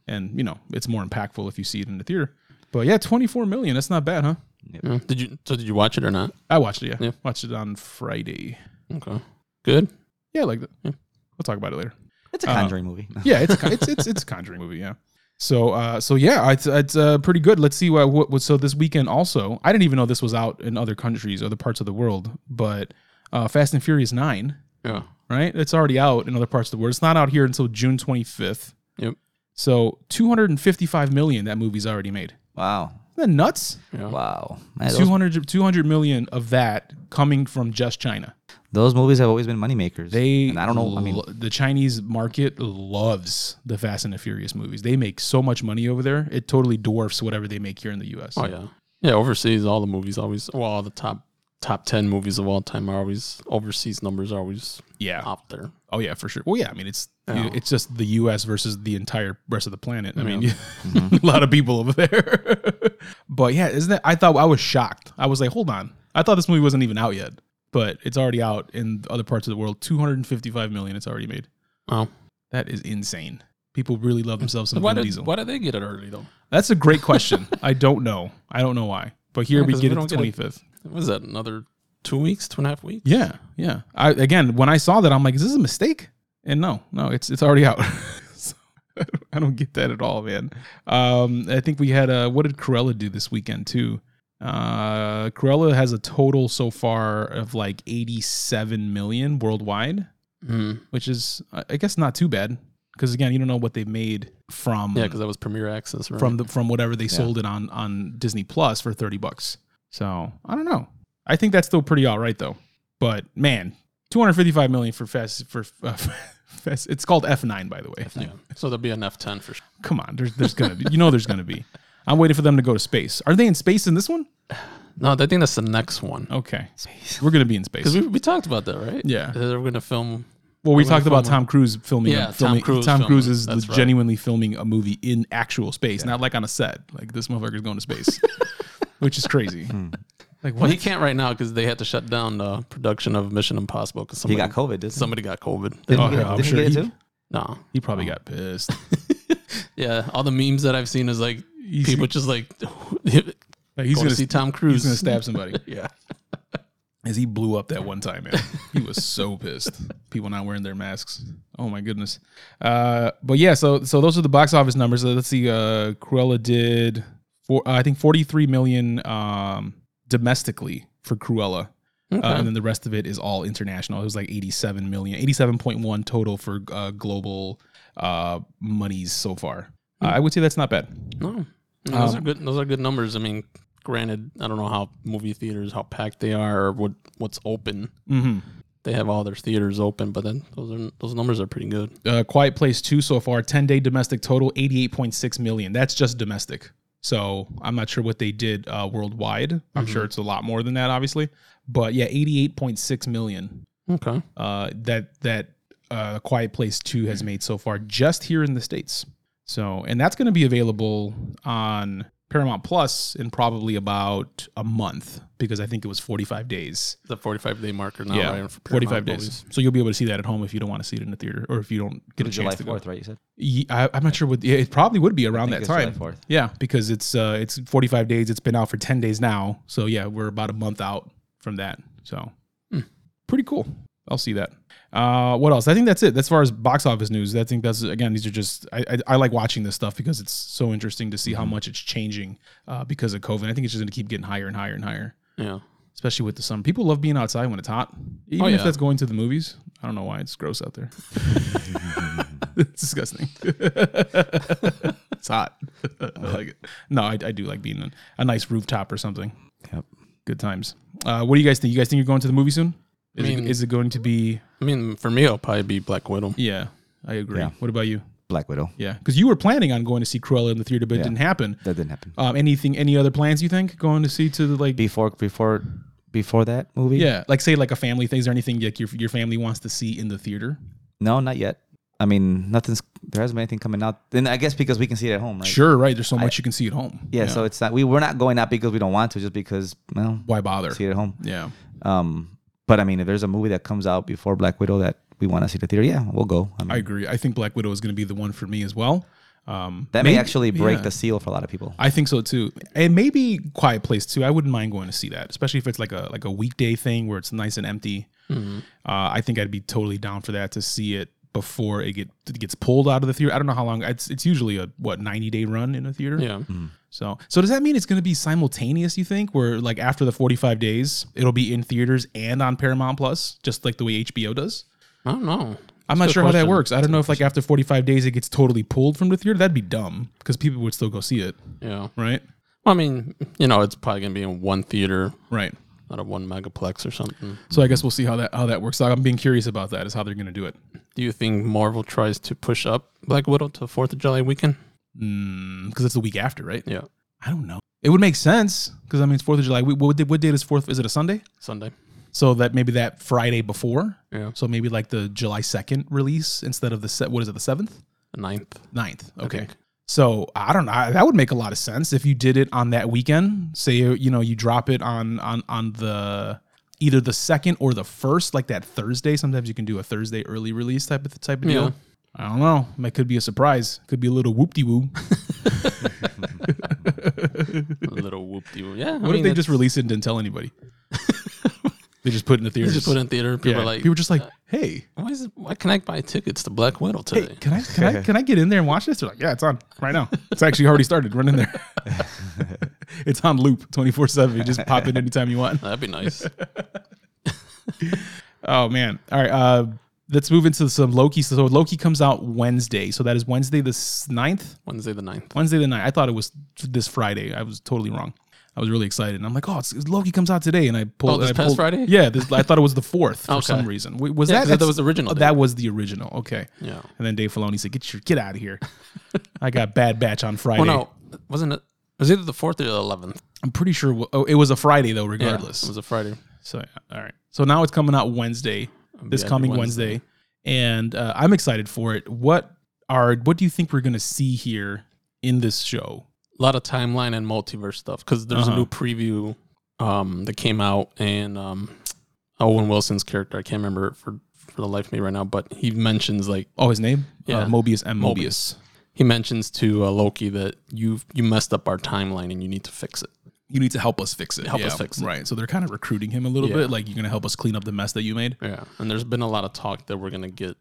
[SPEAKER 2] and you know, it's more impactful if you see it in the theater. But yeah, twenty four million, that's not bad, huh?
[SPEAKER 4] Yeah. Did you? So did you watch it or not?
[SPEAKER 2] I watched it, yeah,
[SPEAKER 4] Yeah.
[SPEAKER 2] watched it on Friday.
[SPEAKER 4] Okay. Good.
[SPEAKER 2] Yeah, like that.
[SPEAKER 4] Yeah.
[SPEAKER 2] We'll talk about it later.
[SPEAKER 3] It's a
[SPEAKER 2] Uh,
[SPEAKER 3] Conjuring movie.
[SPEAKER 2] Yeah, it's a, it's it's it's a Conjuring movie. Yeah. So uh so yeah, it's it's uh, pretty good. Let's see what, what what so this weekend also. I didn't even know this was out in other countries, other parts of the world, but uh Fast and Furious Nine,
[SPEAKER 4] Yeah.
[SPEAKER 2] right? It's already out in other parts of the world. It's not out here until June twenty fifth.
[SPEAKER 4] Yep.
[SPEAKER 2] So two hundred and fifty five million that movie's already made.
[SPEAKER 3] Wow.
[SPEAKER 2] Isn't that nuts?
[SPEAKER 4] Yeah.
[SPEAKER 3] Wow. Man, those,
[SPEAKER 2] 200, 200 million of that coming from just China.
[SPEAKER 3] those movies have always been moneymakers.
[SPEAKER 2] They
[SPEAKER 3] and I don't know. I mean,
[SPEAKER 2] lo- the Chinese market loves the Fast and the Furious movies. They make so much money over there; it totally dwarfs whatever they make here in the U.S.
[SPEAKER 4] Oh yeah. Yeah. Overseas, all the movies always. Well, all the top top ten movies of all time are always overseas numbers are always
[SPEAKER 2] yeah.
[SPEAKER 4] out there.
[SPEAKER 2] Oh yeah, for sure. Well, yeah. I mean, it's
[SPEAKER 4] Yeah.
[SPEAKER 2] it's just the U.S. versus the entire rest of the planet. I mean,
[SPEAKER 3] Mm-hmm.
[SPEAKER 2] a lot of people over there. but yeah, isn't that? I thought I was shocked. I was like, hold on. I thought this movie wasn't even out yet, but it's already out in other parts of the world. Two hundred and fifty-five million. It's already made.
[SPEAKER 4] Oh.
[SPEAKER 2] That is insane. People really love themselves some
[SPEAKER 4] Why
[SPEAKER 2] Vin
[SPEAKER 4] did
[SPEAKER 2] Diesel.
[SPEAKER 4] Why did they get it early though?
[SPEAKER 2] That's a great question. I don't know. I don't know why. But here
[SPEAKER 4] Yeah,
[SPEAKER 2] we
[SPEAKER 4] 'cause
[SPEAKER 2] get
[SPEAKER 4] we
[SPEAKER 2] it
[SPEAKER 4] don't
[SPEAKER 2] the
[SPEAKER 4] get a-
[SPEAKER 2] 25th.
[SPEAKER 4] Was that another two weeks, two and a half weeks?
[SPEAKER 2] Yeah, yeah. I again, when I saw that, I'm like, is this a mistake? And no, no, it's it's already out. so, I don't- I don't get that at all, man. Um, I think we had uh what did Corella do this weekend too? Uh, Corella has a total so far of like 87 million worldwide,
[SPEAKER 4] Mm.
[SPEAKER 2] which is I I guess not too bad because again, you don't know what they made from
[SPEAKER 4] Yeah, because that was Premier Access. Right?
[SPEAKER 2] from the from whatever they sold it on on Disney Plus for 30 bucks. So, I don't know. I think that's still pretty all right though. But man, 255 million for Fast for uh, Fast it's called F9 by the way.
[SPEAKER 4] yeah. So there'll be an F ten for sure.
[SPEAKER 2] Come on, there's there's going to be you know there's going to be. I'm waiting for them to go to space. Are they in space in this one?
[SPEAKER 4] No, I think that's the next one.
[SPEAKER 2] Okay, we're gonna be in space.
[SPEAKER 4] Because we, we talked about that, right?
[SPEAKER 2] Oh. Yeah.
[SPEAKER 4] That They're going to film.
[SPEAKER 2] Well, we
[SPEAKER 4] We're gonna
[SPEAKER 2] talked about
[SPEAKER 4] film
[SPEAKER 2] Tom Cruise filming.
[SPEAKER 4] Yeah,
[SPEAKER 2] a-
[SPEAKER 4] Tom
[SPEAKER 2] filming-
[SPEAKER 4] Cruise
[SPEAKER 2] Tom
[SPEAKER 4] filming.
[SPEAKER 2] Cruise is
[SPEAKER 4] That's right.
[SPEAKER 2] genuinely filming a movie in actual space, not like on a set. Like this motherfucker's going to space, which is crazy. Like
[SPEAKER 4] Hmm. Well,
[SPEAKER 2] what?
[SPEAKER 4] he can't right now because they had to shut down the production of Mission Impossible because
[SPEAKER 3] He
[SPEAKER 4] somebody,
[SPEAKER 3] got COVID, didn't
[SPEAKER 4] somebody got COVID.
[SPEAKER 3] he? Didn't
[SPEAKER 2] Oh,
[SPEAKER 3] he,
[SPEAKER 2] yeah, I'm
[SPEAKER 3] didn't he
[SPEAKER 2] sure
[SPEAKER 3] get it
[SPEAKER 2] he-
[SPEAKER 3] too?
[SPEAKER 4] No.
[SPEAKER 2] He probably got pissed.
[SPEAKER 4] Yeah. All the memes that I've seen is like
[SPEAKER 2] He's-
[SPEAKER 4] people just like
[SPEAKER 2] Like, he's
[SPEAKER 4] going
[SPEAKER 2] gonna
[SPEAKER 4] to see Tom Cruise.
[SPEAKER 2] he's gonna stab somebody.
[SPEAKER 4] yeah.
[SPEAKER 2] As he blew up that one time, man. He was so pissed. People not wearing their masks. Oh my goodness. Uh, but yeah, so so those are the box office numbers. Uh, Let's see. Uh, Cruella did four, uh, I think forty three million um, domestically for Cruella, uh, and then the rest of it is all international. It was like eighty seven million, eighty seven point one total for uh, global uh, monies so far. Uh, I would say that's not bad.
[SPEAKER 4] No, I mean, those
[SPEAKER 2] Um,
[SPEAKER 4] are good. Those are good numbers. I mean, granted, I don't know how movie theaters how packed they are or what what's open.
[SPEAKER 2] Mm-hmm.
[SPEAKER 4] They have all their theaters open, but then those are those numbers are pretty good.
[SPEAKER 2] uh, Quiet Place 2 so far, 10 day domestic total, 88.6 million. That's just domestic. So I'm not sure what they did uh, worldwide. I'm
[SPEAKER 4] Mm-hmm.
[SPEAKER 2] sure it's a lot more than that, obviously. But yeah, 88.6 million
[SPEAKER 4] Okay,
[SPEAKER 2] uh, that that uh, Quiet Place 2
[SPEAKER 4] Mm-hmm.
[SPEAKER 2] has made so far just here in the States. So, and that's going to be available on Paramount Plus in probably about a month because I think it was 45 days
[SPEAKER 4] the forty-five day marker now. Oh, right, for Paramount
[SPEAKER 2] 45 days.
[SPEAKER 4] movies.
[SPEAKER 2] So you'll be able to see that at home if you don't want to see it in the theater or if you don't get a
[SPEAKER 3] It was
[SPEAKER 2] chance
[SPEAKER 3] July
[SPEAKER 2] to go.
[SPEAKER 3] Fourth, right? You said
[SPEAKER 2] Ye- I, am not sure what. Yeah, it probably would be around
[SPEAKER 3] think
[SPEAKER 2] that
[SPEAKER 3] it's July
[SPEAKER 2] time.
[SPEAKER 3] 4th.
[SPEAKER 2] Yeah, because it's uh, it's 45 days. It's been out for 10 days now. So yeah, we're about a month out from that. So
[SPEAKER 3] Hmm.
[SPEAKER 2] pretty cool. I'll see that. Uh, what else? I think that's it. As far as box office news, I think that's again. These are just I, I, I like watching this stuff because it's so interesting to see
[SPEAKER 3] Mm-hmm.
[SPEAKER 2] how much it's changing uh, because of COVID. I think it's just going to keep getting higher and higher and higher
[SPEAKER 4] Yeah,
[SPEAKER 2] especially with the summer. People love being outside when it's hot, even
[SPEAKER 4] Oh,
[SPEAKER 2] if
[SPEAKER 4] yeah.
[SPEAKER 2] that's going to the movies. I don't know why it's gross out there. it's disgusting. it's hot. I like it. No, I, I do like being on a nice rooftop or something.
[SPEAKER 3] Yep.
[SPEAKER 2] Good times. Uh, what do you guys think? You guys think you're going to the movie soon? Is,
[SPEAKER 4] I mean-
[SPEAKER 2] it, is it going to be?
[SPEAKER 4] I mean, for me, it'll probably be Black Widow.
[SPEAKER 2] Yeah, I agree.
[SPEAKER 3] Yeah.
[SPEAKER 2] What about you?
[SPEAKER 3] Black Widow.
[SPEAKER 2] Yeah, because you were planning on going to see Cruella in the theater, but it
[SPEAKER 3] Yeah.
[SPEAKER 2] didn't happen.
[SPEAKER 3] That didn't happen.
[SPEAKER 2] Um, anything? Any other plans? You think going to see to the like?
[SPEAKER 3] Before, before, before that movie.
[SPEAKER 2] Yeah, like say like a family thing. Is there anything like your your family wants to see in the theater?
[SPEAKER 3] No, not yet. I mean, nothing's there hasn't been anything coming out. Then I guess because we can see it at home, right?
[SPEAKER 2] Sure, right. There's so much you can see at home.
[SPEAKER 3] Yeah, So it's not we we're not going out because we don't want to, just because well,
[SPEAKER 2] why bother?
[SPEAKER 3] see it at home.
[SPEAKER 2] Yeah,
[SPEAKER 3] Um, but I mean, if there's a movie that comes out before Black Widow that we want to see the theater, yeah, we'll go. I mean,
[SPEAKER 2] I agree. I think Black Widow is going to be the one for me as well. Um,
[SPEAKER 3] that may
[SPEAKER 2] maybe-
[SPEAKER 3] actually break
[SPEAKER 2] yeah.
[SPEAKER 3] the seal for a lot of people.
[SPEAKER 2] I think so too, and maybe Quiet Place too. I wouldn't mind going to see that, especially if it's like a like a weekday thing where it's nice and empty.
[SPEAKER 3] Mm-hmm.
[SPEAKER 2] Uh, I think I'd be totally down for that to see it before it get it gets pulled out of the theater. I don't know how long it's it's usually a what ninety day run in a theater.
[SPEAKER 4] Yeah,
[SPEAKER 2] So, so does that mean it's going to be simultaneous? You think, where like after the forty-five days, it'll be in theaters and on Paramount Plus, just like the way HBO does?
[SPEAKER 4] I don't know.
[SPEAKER 2] I'm
[SPEAKER 4] That's
[SPEAKER 2] not
[SPEAKER 4] a
[SPEAKER 2] sure how that
[SPEAKER 4] question.
[SPEAKER 2] works. I don't know if like after forty-five days it gets totally pulled from the theater. That'd be dumb because people would still go see it,
[SPEAKER 4] Yeah,
[SPEAKER 2] right?
[SPEAKER 4] well, I mean, you know, it's probably gonna be in one theater,
[SPEAKER 2] Right.
[SPEAKER 4] not a one megaplex or something.
[SPEAKER 2] So I guess we'll see how that how that works. I'm being curious about that. Is how they're going to do it?
[SPEAKER 4] Do you think Marvel tries to push up Black Widow to Fourth of July weekend?
[SPEAKER 2] Because Mm, it's the week after, right?
[SPEAKER 4] Yeah,
[SPEAKER 2] I don't know. It would make sense because I mean it's Fourth of July. Wh- What, day- what date is Fourth? Is it a Sunday?
[SPEAKER 4] Sunday.
[SPEAKER 2] So that maybe that Friday before.
[SPEAKER 4] Yeah,
[SPEAKER 2] So maybe like the July second release instead of the set. What is it? The seventh.
[SPEAKER 4] the ninth.
[SPEAKER 2] 9th. Okay.
[SPEAKER 4] think.
[SPEAKER 2] So I don't know. I- That would make a lot of sense if you did it on that weekend. Say you you know you drop it on on on the either the second or the first, like that Thursday. Sometimes you can do a Thursday early release type of type of deal.
[SPEAKER 4] Yeah.
[SPEAKER 2] I don't know. It could be a surprise. Could be a little whoop de woo.
[SPEAKER 4] A little whoop de whoop. Yeah.
[SPEAKER 2] What if they just released it and didn't tell anybody? they just put it in the theaters.
[SPEAKER 4] just put it in theater? People
[SPEAKER 2] yeah.
[SPEAKER 4] are like, uh,
[SPEAKER 2] people were just like, hey,
[SPEAKER 4] why, is it, why can I buy tickets to Black Widow
[SPEAKER 2] hey,
[SPEAKER 4] today?
[SPEAKER 2] can I can I can I get in there and watch this? They're like, yeah, it's on right now. It's actually already started. Run in there. it's on loop twenty four seven. You just pop it anytime you want.
[SPEAKER 4] That'd be nice.
[SPEAKER 2] Oh man. All right. Uh, let's move into some Loki. So Loki comes out Wednesday. So that is Wednesday the s- 9th?
[SPEAKER 4] Wednesday the 9th.
[SPEAKER 2] Wednesday the 9th. I thought it was this Friday. I was totally wrong. I was really excited. And I'm like, oh, it's, it's Loki comes out today, and I pulled.
[SPEAKER 4] Oh, this
[SPEAKER 2] I
[SPEAKER 4] past
[SPEAKER 2] pulled-
[SPEAKER 4] Friday?
[SPEAKER 2] Yeah, this, I thought it was the fourth for
[SPEAKER 4] Okay.
[SPEAKER 2] some reason. W- Was
[SPEAKER 4] Yeah, 'cause
[SPEAKER 2] that
[SPEAKER 4] that
[SPEAKER 2] that's-
[SPEAKER 4] was the original
[SPEAKER 2] oh,
[SPEAKER 4] date.
[SPEAKER 2] that was the original. Okay.
[SPEAKER 4] Yeah.
[SPEAKER 2] And then Dave Filoni said, "Get your get out of here." I got Bad Batch on Friday.
[SPEAKER 4] Well, no, Oh, wasn't it? was either the fourth or the eleventh.
[SPEAKER 2] I'm pretty sure w- oh, it was a Friday though, regardless.
[SPEAKER 4] Regardless, it was a Friday.
[SPEAKER 2] so yeah, all right. So now it's coming out Wednesday, this
[SPEAKER 4] Yeah,
[SPEAKER 2] coming Wednesday, and uh, I'm excited for it. What are what do you think we're gonna see here in this show?
[SPEAKER 4] A lot of timeline and multiverse stuff because there's
[SPEAKER 2] Uh-huh.
[SPEAKER 4] a new preview um, that came out, and um, Owen Wilson's character I can't remember it for for the life of me right now, but he mentions like
[SPEAKER 2] Oh, his name?
[SPEAKER 4] Yeah.
[SPEAKER 2] Uh, Mobius and Mobius.
[SPEAKER 4] Mobius. he mentions to uh, Loki that you you messed up our timeline and you need to fix it.
[SPEAKER 2] You need to help us fix it.
[SPEAKER 4] Help us fix it.
[SPEAKER 2] Right. So they're kind of recruiting him a little
[SPEAKER 4] Yeah.
[SPEAKER 2] bit, like you're gonna help us clean up the mess that you made.
[SPEAKER 4] Yeah, and there's been a lot of talk that we're gonna get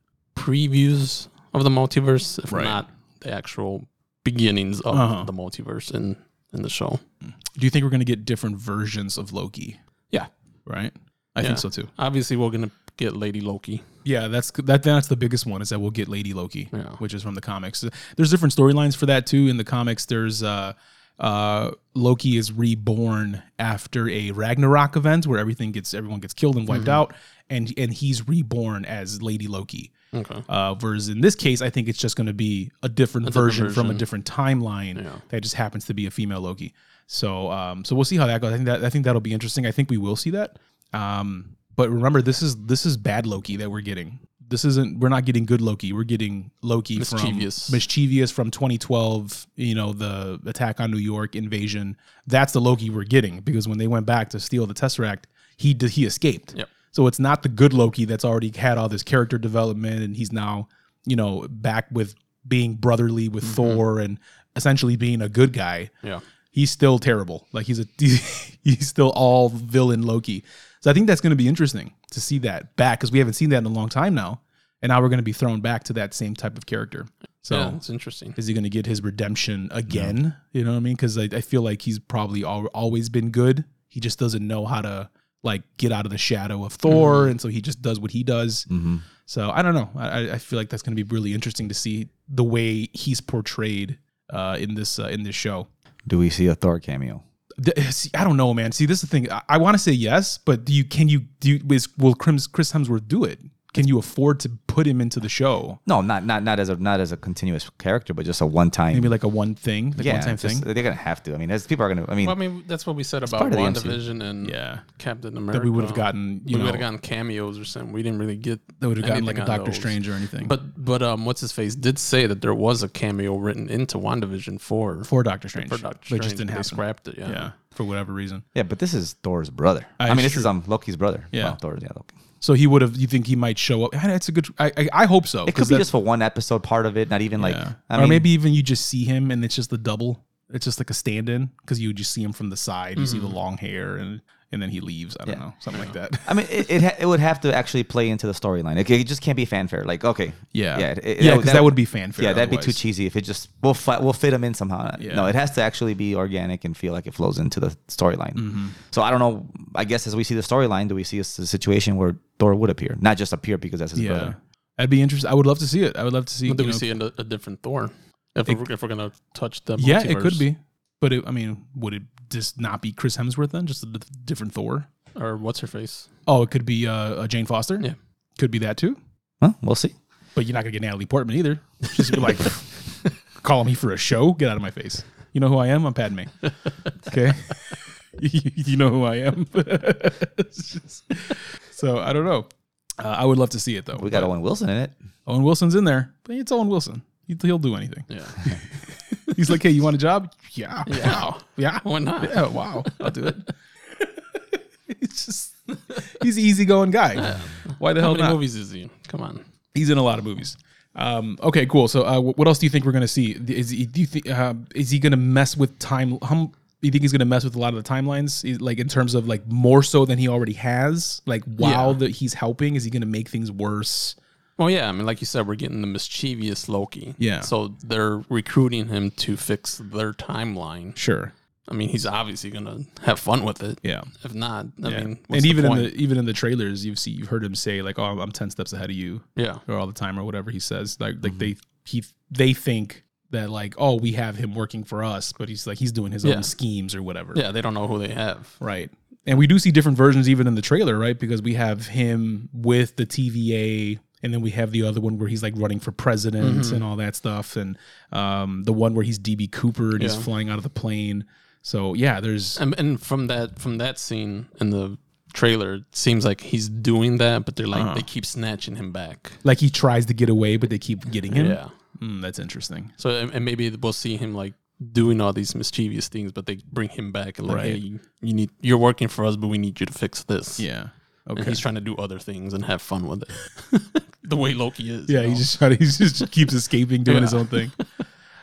[SPEAKER 4] previews of the multiverse, if
[SPEAKER 2] Right.
[SPEAKER 4] not the actual beginnings of
[SPEAKER 2] Uh-huh.
[SPEAKER 4] the multiverse in in the show.
[SPEAKER 2] Do you think we're gonna get different versions of Loki?
[SPEAKER 4] Yeah,
[SPEAKER 2] Right. I
[SPEAKER 4] Yeah.
[SPEAKER 2] think so too.
[SPEAKER 4] obviously we're gonna get Lady Loki.
[SPEAKER 2] Yeah, that's that. That's the biggest one is that we'll get Lady Loki,
[SPEAKER 4] Yeah.
[SPEAKER 2] which is from the comics. There's different storylines for that too. In the comics, there's uh, uh, Loki is reborn after a Ragnarok event where everything gets everyone gets killed and wiped out, and and he's reborn as Lady Loki.
[SPEAKER 4] Okay.
[SPEAKER 2] Uh, whereas in this case, I think it's just going to be a different,
[SPEAKER 4] different
[SPEAKER 2] version, from a
[SPEAKER 4] version.
[SPEAKER 2] different timeline
[SPEAKER 4] Yeah.
[SPEAKER 2] that just happens to be a female Loki. So, um, so we'll see how that goes. I think that I think that'll be interesting. I think we will see that. Um, but remember, this is this is bad Loki that we're getting. This isn't. We're not getting good Loki. We're getting Loki
[SPEAKER 4] Mischievous.
[SPEAKER 2] from mischievous from 2012. You know, the attack on New York invasion. That's the Loki we're getting because when they went back to steal the Tesseract, he did, he escaped.
[SPEAKER 4] Yep.
[SPEAKER 2] So it's not the good Loki that's already had all this character development and he's now, you know, back with being brotherly with Thor and essentially being a good guy.
[SPEAKER 4] Yeah.
[SPEAKER 2] He's still terrible. Like he's a he's still all villain Loki. So I think that's going to be interesting to see that back because we haven't seen that in a long time now. And now we're going to be thrown back to that same type of character. So
[SPEAKER 4] yeah, it's interesting.
[SPEAKER 2] is he going to get his redemption again? You know what I mean? Because I, I feel like he's probably al- always been good. He just doesn't know how to like get out of the shadow of Thor, and so he just does what he does.
[SPEAKER 3] Mm-hmm.
[SPEAKER 2] So I don't know. I, I- I feel like that's going to be really interesting to see the way he's portrayed uh, in this uh, in this show.
[SPEAKER 3] Do we see a Thor cameo?
[SPEAKER 2] Th- See, I don't know, man. See, this is the thing. I, I want to say yes, but do you? Can you? Do you, is, will Chris Chris Hemsworth do it? Can you afford to put him into the show?
[SPEAKER 3] No, not not not as a not as a continuous character, but just a one time.
[SPEAKER 2] Maybe like a one thing, like
[SPEAKER 3] yeah,
[SPEAKER 2] one time
[SPEAKER 3] just- uh,
[SPEAKER 2] thing.
[SPEAKER 3] they're gonna have to. I mean, as people are gonna. I mean,
[SPEAKER 4] Well, I mean, that's what we said about
[SPEAKER 3] part of the MCU.
[SPEAKER 4] WandaVision and
[SPEAKER 2] Yeah,
[SPEAKER 4] Captain America.
[SPEAKER 2] that we would have gotten. You
[SPEAKER 4] we
[SPEAKER 2] know,
[SPEAKER 4] would have gotten cameos or something. We didn't really get
[SPEAKER 2] that would have gotten
[SPEAKER 4] anything
[SPEAKER 2] like a
[SPEAKER 4] out of
[SPEAKER 2] Doctor
[SPEAKER 4] those.
[SPEAKER 2] Strange or anything.
[SPEAKER 4] But but um, what's his face did say that there was a cameo written into WandaVision for
[SPEAKER 2] for Doctor Strange,
[SPEAKER 4] for Doctor
[SPEAKER 2] but it
[SPEAKER 4] Strange.
[SPEAKER 2] just didn't
[SPEAKER 4] but they
[SPEAKER 2] happen.
[SPEAKER 4] scrapped it. Yeah.
[SPEAKER 2] yeah. for whatever reason.
[SPEAKER 3] yeah, but this is Thor's brother. I
[SPEAKER 2] it's
[SPEAKER 3] mean, this
[SPEAKER 2] true.
[SPEAKER 3] is um Loki's brother.
[SPEAKER 2] Yeah.
[SPEAKER 3] Well, Thor. Yeah, Loki.
[SPEAKER 2] So he would have. You think he might show up? Ah, That's a good. I I, I hope so.
[SPEAKER 3] It
[SPEAKER 2] 'cause
[SPEAKER 3] could be
[SPEAKER 2] that-
[SPEAKER 3] just for one episode, part of it. Not even like.
[SPEAKER 2] yeah.
[SPEAKER 3] I
[SPEAKER 2] or
[SPEAKER 3] mean,
[SPEAKER 2] maybe even you just see him and it's just the double. It's just like a stand-in because you just see him from the side. You see the
[SPEAKER 4] Mm-hmm.
[SPEAKER 2] long hair and and then he leaves. I don't
[SPEAKER 3] Yeah.
[SPEAKER 2] know something like that.
[SPEAKER 3] I mean, it it, ha- it would have to actually play into the storyline. It, it just can't be fanfare. Like, okay,
[SPEAKER 2] Yeah,
[SPEAKER 3] yeah, it- it-
[SPEAKER 2] yeah, because that, would be fanfare.
[SPEAKER 3] yeah, that'd be too
[SPEAKER 2] otherwise.
[SPEAKER 3] cheesy if it just we'll fi- we'll fit them in somehow.
[SPEAKER 2] Yeah.
[SPEAKER 3] No, it has to actually be organic and feel like it flows into the storyline.
[SPEAKER 2] Mm-hmm.
[SPEAKER 3] So I don't know. I guess as we see the storyline, do we see a, s- a situation where Thor would appear, not just appear because that's his
[SPEAKER 2] Yeah,
[SPEAKER 3] brother?
[SPEAKER 2] that'd be interesting. I would love to see it. I would love to see.
[SPEAKER 4] But
[SPEAKER 2] you
[SPEAKER 4] then we
[SPEAKER 2] know,
[SPEAKER 4] see a, a different Thor. If, we're, if we're gonna touch the
[SPEAKER 2] Yeah, it
[SPEAKER 4] multiverse.
[SPEAKER 2] could be. But it, I mean, would it just not be Chris Hemsworth then? Just a d- different Thor?
[SPEAKER 4] or what's her face?
[SPEAKER 2] Oh, it could be uh, a Jane Foster.
[SPEAKER 4] Yeah.
[SPEAKER 2] could be that too.
[SPEAKER 3] Well, we'll see.
[SPEAKER 2] But you're not gonna get Natalie Portman either. Just be like, call me for a show. Get out of my face. You know who I am. I'm Padme. Okay. you know who I am. It's just- so I don't know. Uh, I would love to see it though.
[SPEAKER 3] We got
[SPEAKER 2] But
[SPEAKER 3] Owen Wilson in it.
[SPEAKER 2] Owen Wilson's in there, but it's Owen Wilson. He- He'll do anything.
[SPEAKER 4] Yeah.
[SPEAKER 2] He's like, hey, you want a job? Yeah.
[SPEAKER 4] Yeah.
[SPEAKER 2] Yeah.
[SPEAKER 4] Why not?
[SPEAKER 2] Yeah, wow. I'll do it. he's just he's an easygoing guy. Why the
[SPEAKER 4] How
[SPEAKER 2] hell
[SPEAKER 4] many
[SPEAKER 2] not?
[SPEAKER 4] movies is he? in? Come on.
[SPEAKER 2] He's in a lot of movies. Um, okay, cool. So, uh, wh- what else do you think we're gonna see? Is he, do you think uh, is he gonna mess with time? How, m- do you think he's gonna mess with a lot of the timelines? Is- Like in terms of like more so than he already has. Like while
[SPEAKER 4] Yeah.
[SPEAKER 2] that he's helping, is he gonna make things worse?
[SPEAKER 4] Well, yeah. I mean, like you said, we're getting the mischievous Loki.
[SPEAKER 2] Yeah.
[SPEAKER 4] So they're recruiting him to fix their timeline.
[SPEAKER 2] Sure.
[SPEAKER 4] I mean, he's obviously gonna have fun with it.
[SPEAKER 2] Yeah.
[SPEAKER 4] If not, I
[SPEAKER 2] Yeah.
[SPEAKER 4] mean, what's
[SPEAKER 2] and even
[SPEAKER 4] point?
[SPEAKER 2] in the even in the trailers, you've seen you've heard him say like, "Oh, I'm I'm ten steps ahead of you."
[SPEAKER 4] yeah,
[SPEAKER 2] or all the time or whatever he says. Like
[SPEAKER 4] Mm-hmm.
[SPEAKER 2] like they he they think that like oh we have him working for us, but he's like he's doing his
[SPEAKER 4] Yeah.
[SPEAKER 2] own schemes or whatever.
[SPEAKER 4] yeah, they don't know who they have.
[SPEAKER 2] Right. And we do see different versions even in the trailer, right? Because we have him with the TVA and then we have the other one where he's like running for president
[SPEAKER 4] Mm-hmm.
[SPEAKER 2] and all that stuff, and um, the one where he's DB Cooper and he's
[SPEAKER 4] Yeah.
[SPEAKER 2] flying out of the plane. So yeah, there's
[SPEAKER 4] And, and from that from that scene in the trailer, it seems like he's doing that, but they're like
[SPEAKER 2] Uh-huh.
[SPEAKER 4] they keep snatching him back.
[SPEAKER 2] like he tries to get away, but they keep getting him.
[SPEAKER 4] Yeah.
[SPEAKER 2] Mm, that's interesting.
[SPEAKER 4] So and, and maybe we'll see him like doing all these mischievous things, but they bring him back and like,
[SPEAKER 2] Right.
[SPEAKER 4] hey, you, you need you're working for us, but we need you to fix this.
[SPEAKER 2] Yeah.
[SPEAKER 4] And
[SPEAKER 2] Okay.
[SPEAKER 4] he's trying to do other things and have fun with it. the way Loki is.
[SPEAKER 2] Yeah,
[SPEAKER 4] you know?
[SPEAKER 2] he just trying to, he just keeps escaping, doing his
[SPEAKER 4] Yeah.
[SPEAKER 2] own thing.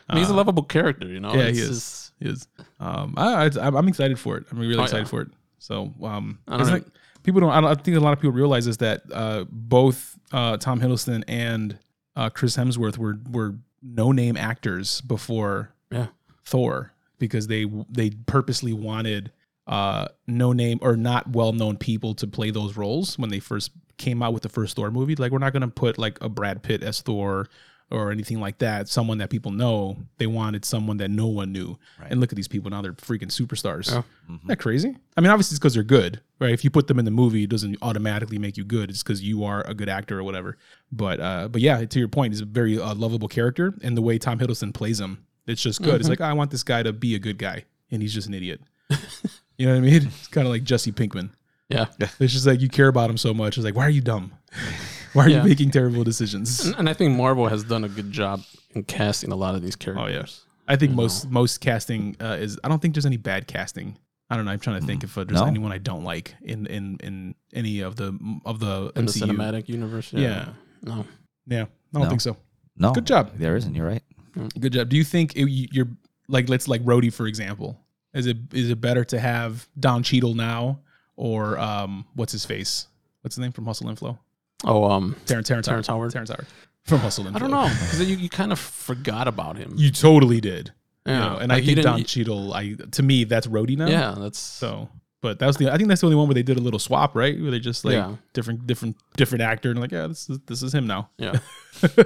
[SPEAKER 4] I mean, he's a lovable character, you know.
[SPEAKER 2] uh-huh. yeah, he
[SPEAKER 4] It's
[SPEAKER 2] is.
[SPEAKER 4] just-
[SPEAKER 2] He is. Um, I, I I'm excited for it. I'm really
[SPEAKER 4] Oh, yeah.
[SPEAKER 2] excited for it. So um,
[SPEAKER 4] don't
[SPEAKER 2] it's
[SPEAKER 4] know.
[SPEAKER 2] like- people don't. I, don't. I think a lot of people realize is that uh, both uh, Tom Hiddleston and uh, Chris Hemsworth were were no name actors before
[SPEAKER 4] Yeah.
[SPEAKER 2] Thor because they they purposely wanted uh no name or not well known people to play those roles when they first came out with the first Thor movie. Like we're not gonna put like a Brad Pitt as Thor or anything like that. Someone that people know. They wanted someone that no one knew. And look at these people now; they're freaking superstars.
[SPEAKER 4] Yeah.
[SPEAKER 2] Isn't that crazy? I mean, obviously it's because they're good, right? If you put them in the movie, it doesn't automatically make you good. It's because you are a good actor or whatever. But uh, but yeah, to your point, he's a very uh, lovable character, and the way Tom Hiddleston plays him, it's just good. It's like I want this guy to be a good guy, and he's just an idiot. you know what I mean? It's kind of like Jesse Pinkman.
[SPEAKER 4] Yeah.
[SPEAKER 2] It's just like you care about him so much. It's like, why are you dumb? why are
[SPEAKER 4] Yeah.
[SPEAKER 2] you making terrible decisions?
[SPEAKER 4] And, and I think Marvel has done a good job in casting a lot of
[SPEAKER 2] Oh,
[SPEAKER 4] these characters.
[SPEAKER 2] I think most most casting uh, is. I don't think there's any bad casting. I don't know. I'm trying to think if uh, there's
[SPEAKER 3] Mm. No.
[SPEAKER 2] anyone I don't like in in in any of the of the
[SPEAKER 4] In
[SPEAKER 2] MCU.
[SPEAKER 4] the cinematic universe.
[SPEAKER 2] Yeah.
[SPEAKER 4] No.
[SPEAKER 2] Yeah, I don't
[SPEAKER 3] No.
[SPEAKER 2] think so.
[SPEAKER 3] No,
[SPEAKER 2] Good job.
[SPEAKER 3] There isn't. You're right.
[SPEAKER 2] Good job. Do you think it, you- you're like let's like Rhodey for example? Is it is it better to have Don Cheadle now or um what's his face? What's his name from Hustle and Flow?
[SPEAKER 4] Oh, um,
[SPEAKER 2] Terrence Terrence
[SPEAKER 4] Terrence
[SPEAKER 2] Howard.
[SPEAKER 4] Howard.
[SPEAKER 2] Terrence Howard from Hustle and
[SPEAKER 4] I
[SPEAKER 2] Flow.
[SPEAKER 4] don't know because you, you kind of forgot about him.
[SPEAKER 2] You totally did.
[SPEAKER 4] yeah.
[SPEAKER 2] You know, and
[SPEAKER 4] Like,
[SPEAKER 2] I think
[SPEAKER 4] you didn't- e
[SPEAKER 2] Don Cheadle. I to me that's Rhodey now.
[SPEAKER 4] Yeah, that's
[SPEAKER 2] So, but that was the. I think that's the only one where they did a little swap, right? Where they just like
[SPEAKER 4] Yeah.
[SPEAKER 2] different, different, different actor, and like, yeah, this is this is him now.
[SPEAKER 4] yeah.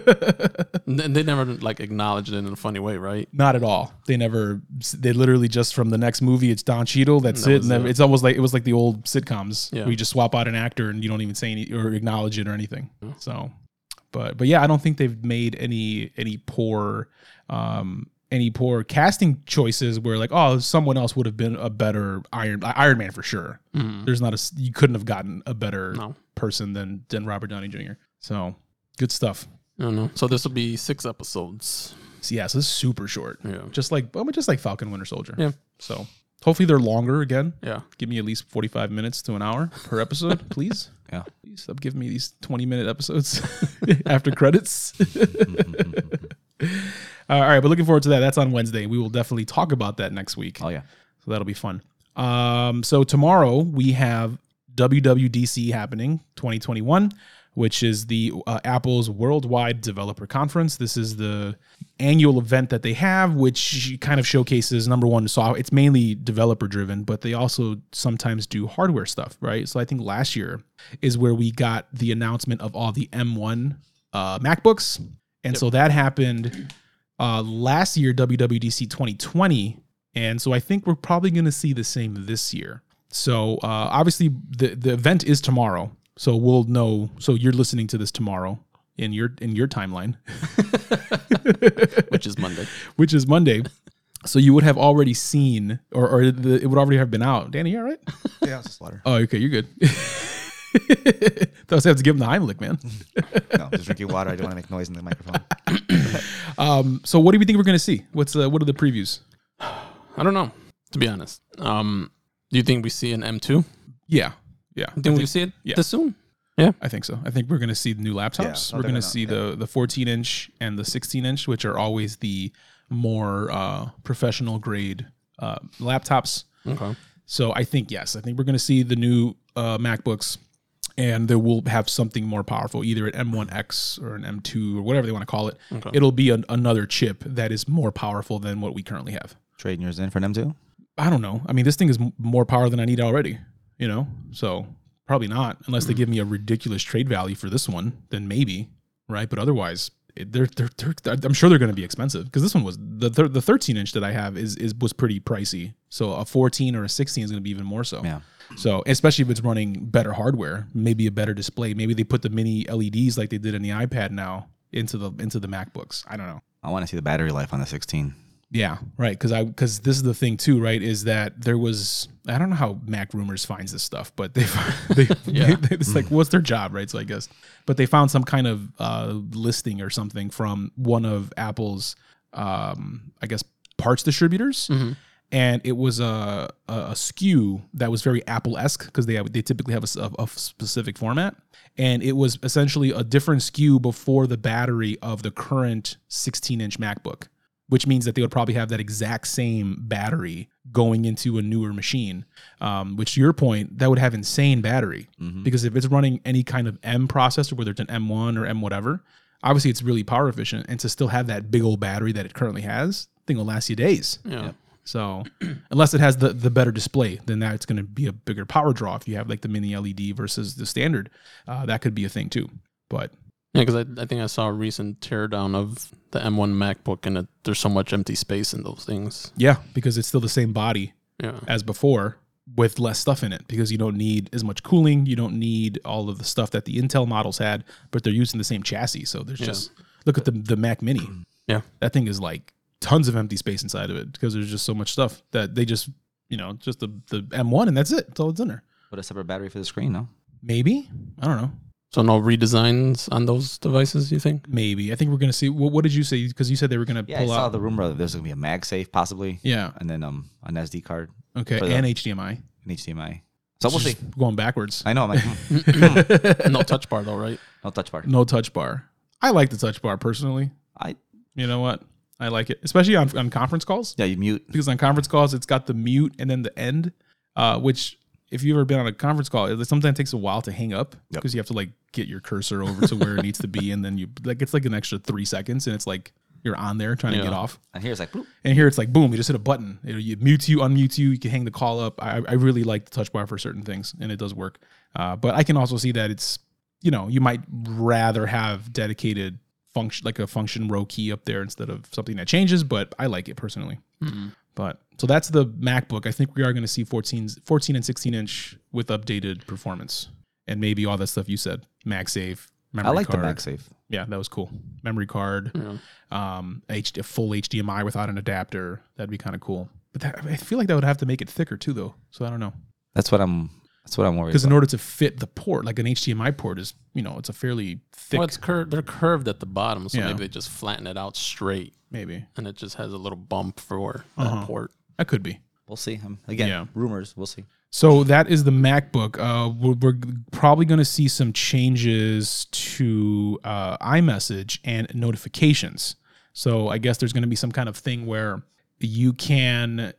[SPEAKER 4] and they- they never like acknowledged it in a funny way, right?
[SPEAKER 2] Not at all. They never. They literally just from the next movie, it's Don Cheadle. That's
[SPEAKER 4] That
[SPEAKER 2] it.
[SPEAKER 4] was
[SPEAKER 2] And then
[SPEAKER 4] it.
[SPEAKER 2] it's almost like it was like the old sitcoms
[SPEAKER 4] Yeah.
[SPEAKER 2] where you just swap out an actor and you don't even say any or acknowledge it or anything.
[SPEAKER 4] Hmm.
[SPEAKER 2] So, but but yeah, I don't think they've made any any poor. um any poor casting choices where like oh someone else would have been a better Iron Iron Man for sure there's not a s- you couldn't have gotten a better
[SPEAKER 4] Hmm. No.
[SPEAKER 2] person than than Robert Downey Jr. So good stuff.
[SPEAKER 4] I don't know. So this will be six episodes.
[SPEAKER 2] So yeah, so this is super short.
[SPEAKER 4] Yeah.
[SPEAKER 2] Just like but just like Falcon Winter Soldier.
[SPEAKER 4] Yeah.
[SPEAKER 2] So hopefully they're longer again.
[SPEAKER 4] Yeah.
[SPEAKER 2] Give me at least 45 minutes to an hour per episode, please.
[SPEAKER 3] Yeah.
[SPEAKER 2] Please stop giving me these 20 minute episodes after credits. Uh, all right, but looking forward to that. That's on Wednesday. We will definitely talk about that next week.
[SPEAKER 3] Oh yeah.
[SPEAKER 2] So that'll be fun. Um, so tomorrow we have WWDC happening 2021, which is the uh, Apple's Worldwide Developer Conference. This is the annual event that they have, which kind of showcases number one, software. It's mainly developer driven, but they also sometimes do hardware stuff, right? So I think last year is where we got the announcement of all the M1 uh, MacBooks. And so that happened uh, last year, WWDC 2020. And so I think we're probably going to see the same this year. So uh, obviously the the event is tomorrow, so we'll know. So you're listening to this tomorrow in your in your timeline,
[SPEAKER 4] Which is Monday.
[SPEAKER 2] which is Monday. So you would have already seen, or or the, it would already have been out. Danny, you all right?
[SPEAKER 3] Yeah, it's water.
[SPEAKER 2] Oh, okay, you're good. Thought I have to give him the Heimlich, man.
[SPEAKER 3] No, just drinking water. I don't want to make noise in the microphone.
[SPEAKER 2] Um, so what do we think we're going to see? What's uh, what are the previews?
[SPEAKER 4] I don't know. To be honest, um, do you think we see an M two?
[SPEAKER 2] Yeah, yeah.
[SPEAKER 4] Think, we see it
[SPEAKER 2] yeah.
[SPEAKER 4] this soon?
[SPEAKER 2] I think so. I think we're going to see the new laptops.
[SPEAKER 3] no,
[SPEAKER 2] we're
[SPEAKER 3] they're
[SPEAKER 2] going to
[SPEAKER 3] gonna-
[SPEAKER 2] see the the 14 inch and the 16 inch, which are always the more uh, professional grade uh, laptops.
[SPEAKER 4] Okay.
[SPEAKER 2] So I think yes, I think we're going to see the new uh, MacBooks, and they will have something more powerful, either an M1X or an M2 or whatever they want to call it. It'll be an, another chip that is more powerful than what we currently have.
[SPEAKER 3] Trading yours in for an M2.
[SPEAKER 2] I don't know. I mean, this thing is m- more power than I need already, you know? So probably not, unless they give me a ridiculous trade value for this one, then maybe, right? But otherwise, it, they're, they're, they're, I'm sure they're going to be expensive because this one was the, thir- the 13 inch that I have is, is was pretty pricey. So a 14 or a 16 is going to be even more so.
[SPEAKER 3] Yeah.
[SPEAKER 2] So especially if it's running better hardware, maybe a better display, maybe they put the mini LEDs like they did in the iPad now into the into the MacBooks. I don't know.
[SPEAKER 3] I want to see the battery life on the 16.
[SPEAKER 2] Yeah, right. Because I because this is the thing too, right? Is that there was I don't know how Mac Rumors finds this stuff, but they they,
[SPEAKER 4] Yeah.
[SPEAKER 2] they- it's like what's their job, right? So I guess, but they found some kind of uh, listing or something from one of Apple's um, I guess parts distributors, and it was a, a a SKU that was very Apple esque because they have, they typically have a, s- a- a specific format, and it was essentially a different SKU before the battery of the current 16 inch MacBook which means that they would probably have that exact same battery going into a newer machine. Um, which, to your point, that would have insane battery because if it's running any kind of M processor, whether it's an M1 or M whatever, obviously it's really power efficient. And to still have that big old battery that it currently has, thing will last you days.
[SPEAKER 4] Yeah.
[SPEAKER 2] So, unless it has the, the better display, then that's going to be a bigger power draw. If you have like the mini LED versus the standard, uh, that could be a thing too. But
[SPEAKER 4] Yeah, because I, I think I saw a recent teardown of the M1 MacBook, and it, there's so much empty space in those things.
[SPEAKER 2] yeah, because it's still the same body,
[SPEAKER 4] Yeah,
[SPEAKER 2] as before with less stuff in it because you don't need as much cooling. You don't need all of the stuff that the Intel models had, but they're using the same chassis. So there's
[SPEAKER 4] Yeah.
[SPEAKER 2] just look at the the Mac Mini.
[SPEAKER 4] Yeah.
[SPEAKER 2] that thing is like tons of empty space inside of it because there's just so much stuff that they just you know just the the M1 and that's it. That's all it's in there.
[SPEAKER 3] But a separate battery for the screen, no?
[SPEAKER 2] Maybe I don't know.
[SPEAKER 4] so no redesigns on those devices. You think?
[SPEAKER 2] Maybe I think we're gonna see. What, what did you say? Because you said they were gonna
[SPEAKER 3] Yeah,
[SPEAKER 2] pull
[SPEAKER 3] I saw
[SPEAKER 2] out.
[SPEAKER 3] the rumor that there's gonna be a MagSafe possibly,
[SPEAKER 2] yeah.
[SPEAKER 3] and then um an SD card,
[SPEAKER 2] Okay.
[SPEAKER 3] For the-
[SPEAKER 2] And HDMI.
[SPEAKER 3] an HDMI. So uh, we'll see.
[SPEAKER 2] Just Going backwards.
[SPEAKER 3] I know. I'm like, hmm,
[SPEAKER 4] no touch bar though, right?
[SPEAKER 3] no touch bar.
[SPEAKER 2] No touch bar. I like the touch bar personally.
[SPEAKER 3] I
[SPEAKER 2] You know what? I like it, especially on, on conference calls.
[SPEAKER 3] yeah, you mute.
[SPEAKER 2] Because on conference calls, it's got the mute and then the end, uh, which if you've ever been on a conference call, it sometimes takes a while to hang up
[SPEAKER 3] Yep.
[SPEAKER 2] because you have to like get your cursor over to where it needs to be, and then you like it's like an extra three seconds, and it's like you're on there trying to get
[SPEAKER 4] Yeah.
[SPEAKER 2] off.
[SPEAKER 3] And here's like, bloop.
[SPEAKER 2] And here it's like boom, you just hit a button. It, you mute you, unmute you. You can hang the call up. I, I really like the touch bar for certain things, and it does work. Uh, but I can also see that it's you know you might rather have dedicated function like a function row key up there instead of something that changes. But I like it personally. But so that's the MacBook. I think we are going to see 14, 14 and 16 inch with updated performance and maybe all that stuff you said. MagSafe, memory
[SPEAKER 3] I like
[SPEAKER 2] card.
[SPEAKER 3] the MagSafe.
[SPEAKER 2] Yeah, that was cool. Memory card, um, HD, full HDMI without an adapter. That'd be kind of cool. But that, I feel like that would have to make it thicker too, though. So I don't know.
[SPEAKER 3] That's what I'm. That's what I'm worried.
[SPEAKER 2] Because in
[SPEAKER 3] About.
[SPEAKER 2] order to fit the port, like an HDMI port is, you know, it's a fairly thick,
[SPEAKER 4] Well, it's curved. They're curved at the bottom, so
[SPEAKER 2] Yeah.
[SPEAKER 4] maybe they just flatten it out straight,
[SPEAKER 2] maybe.
[SPEAKER 4] and it just has a little bump for
[SPEAKER 2] Uh-huh.
[SPEAKER 4] that port.
[SPEAKER 2] That could be.
[SPEAKER 3] We'll see. Um, again,
[SPEAKER 2] Yeah.
[SPEAKER 3] rumors. We'll see.
[SPEAKER 2] So that is the MacBook. Uh, we're, we're g- probably going to see some changes to uh, iMessage and notifications. So I guess there's going to be some kind of thing where you can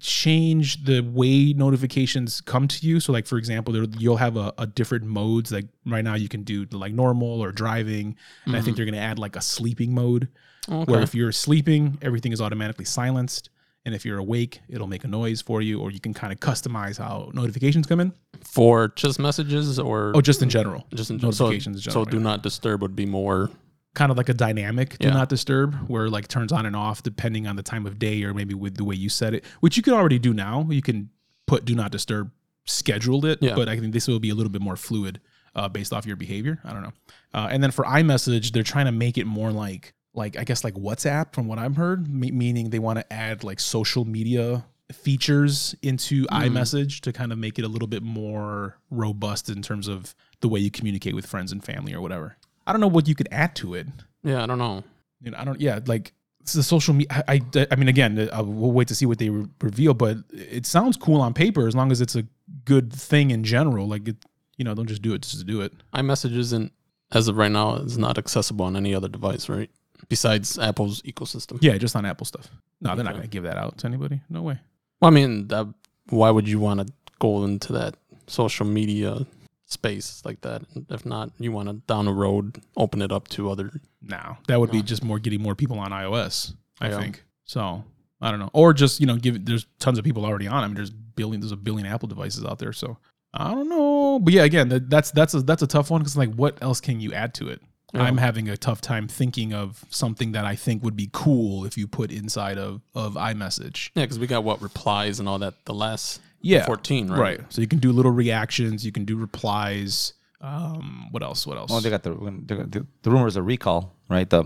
[SPEAKER 2] change the way notifications come to you. So like for example, there, you'll have a, a different modes. Like right now, you can do like normal or driving, and I think they're going to add like a sleeping mode where
[SPEAKER 4] Okay.
[SPEAKER 2] if you're sleeping, everything is automatically silenced. And if you're awake, it'll make a noise for you, or you can kind of customize how notifications come in.
[SPEAKER 4] For just messages or
[SPEAKER 2] Oh, just in general.
[SPEAKER 4] just in
[SPEAKER 2] notifications
[SPEAKER 4] So,
[SPEAKER 2] in general.
[SPEAKER 4] so do not disturb would be more.
[SPEAKER 2] kind of like a dynamic do
[SPEAKER 4] Yeah.
[SPEAKER 2] not disturb where like turns on and off depending on the time of day or maybe with the way you set it, which you can already do now. You can put do not disturb scheduled it,
[SPEAKER 4] Yeah.
[SPEAKER 2] but I think this will be a little bit more fluid uh, based off your behavior. I don't know. Uh, and then for iMessage, they're trying to make it more like like I guess like WhatsApp from what I've heard, me- meaning they want to add like social media features into iMessage to kind of make it a little bit more robust in terms of the way you communicate with friends and family or whatever. I don't know what you could add to it
[SPEAKER 4] Yeah, I don't know.
[SPEAKER 2] you know, I don't, yeah, like it's the social media. I, I, I mean, again, uh, we'll wait to see what they re- reveal, but it sounds cool on paper as long as it's a good thing in general. Like, it, you know, don't just do it just to do it.
[SPEAKER 4] iMessage isn't as of right now is not accessible on any other device, right? Besides Apple's ecosystem.
[SPEAKER 2] Yeah, just on Apple stuff. No, they're not
[SPEAKER 4] Okay.
[SPEAKER 2] going to give that out to anybody. No way.
[SPEAKER 4] Well, I mean, that, why would you want to go into that social media space like that? If not, you want to down the road open it up to other.
[SPEAKER 2] No, that would be
[SPEAKER 4] No.
[SPEAKER 2] just more getting more people on iOS, I
[SPEAKER 4] Yeah.
[SPEAKER 2] think. So I don't know. Or just, you know, give there's tons of people already on. I mean, there's billion, there's a billion Apple devices out there. So I don't know. But yeah, again, that, that's, that's a, that's a tough one. Cause like, what else can you add to it?
[SPEAKER 4] Yeah.
[SPEAKER 2] I'm having a tough time thinking of something that I think would be cool if you put inside of, of iMessage.
[SPEAKER 4] Yeah, because we got what replies and all that. The last
[SPEAKER 2] yeah,
[SPEAKER 4] 14, right?
[SPEAKER 2] right. So you can do little reactions, you can do replies. Um, what else? What else?
[SPEAKER 3] Well, they got the they got the, the rumors of recall, right? The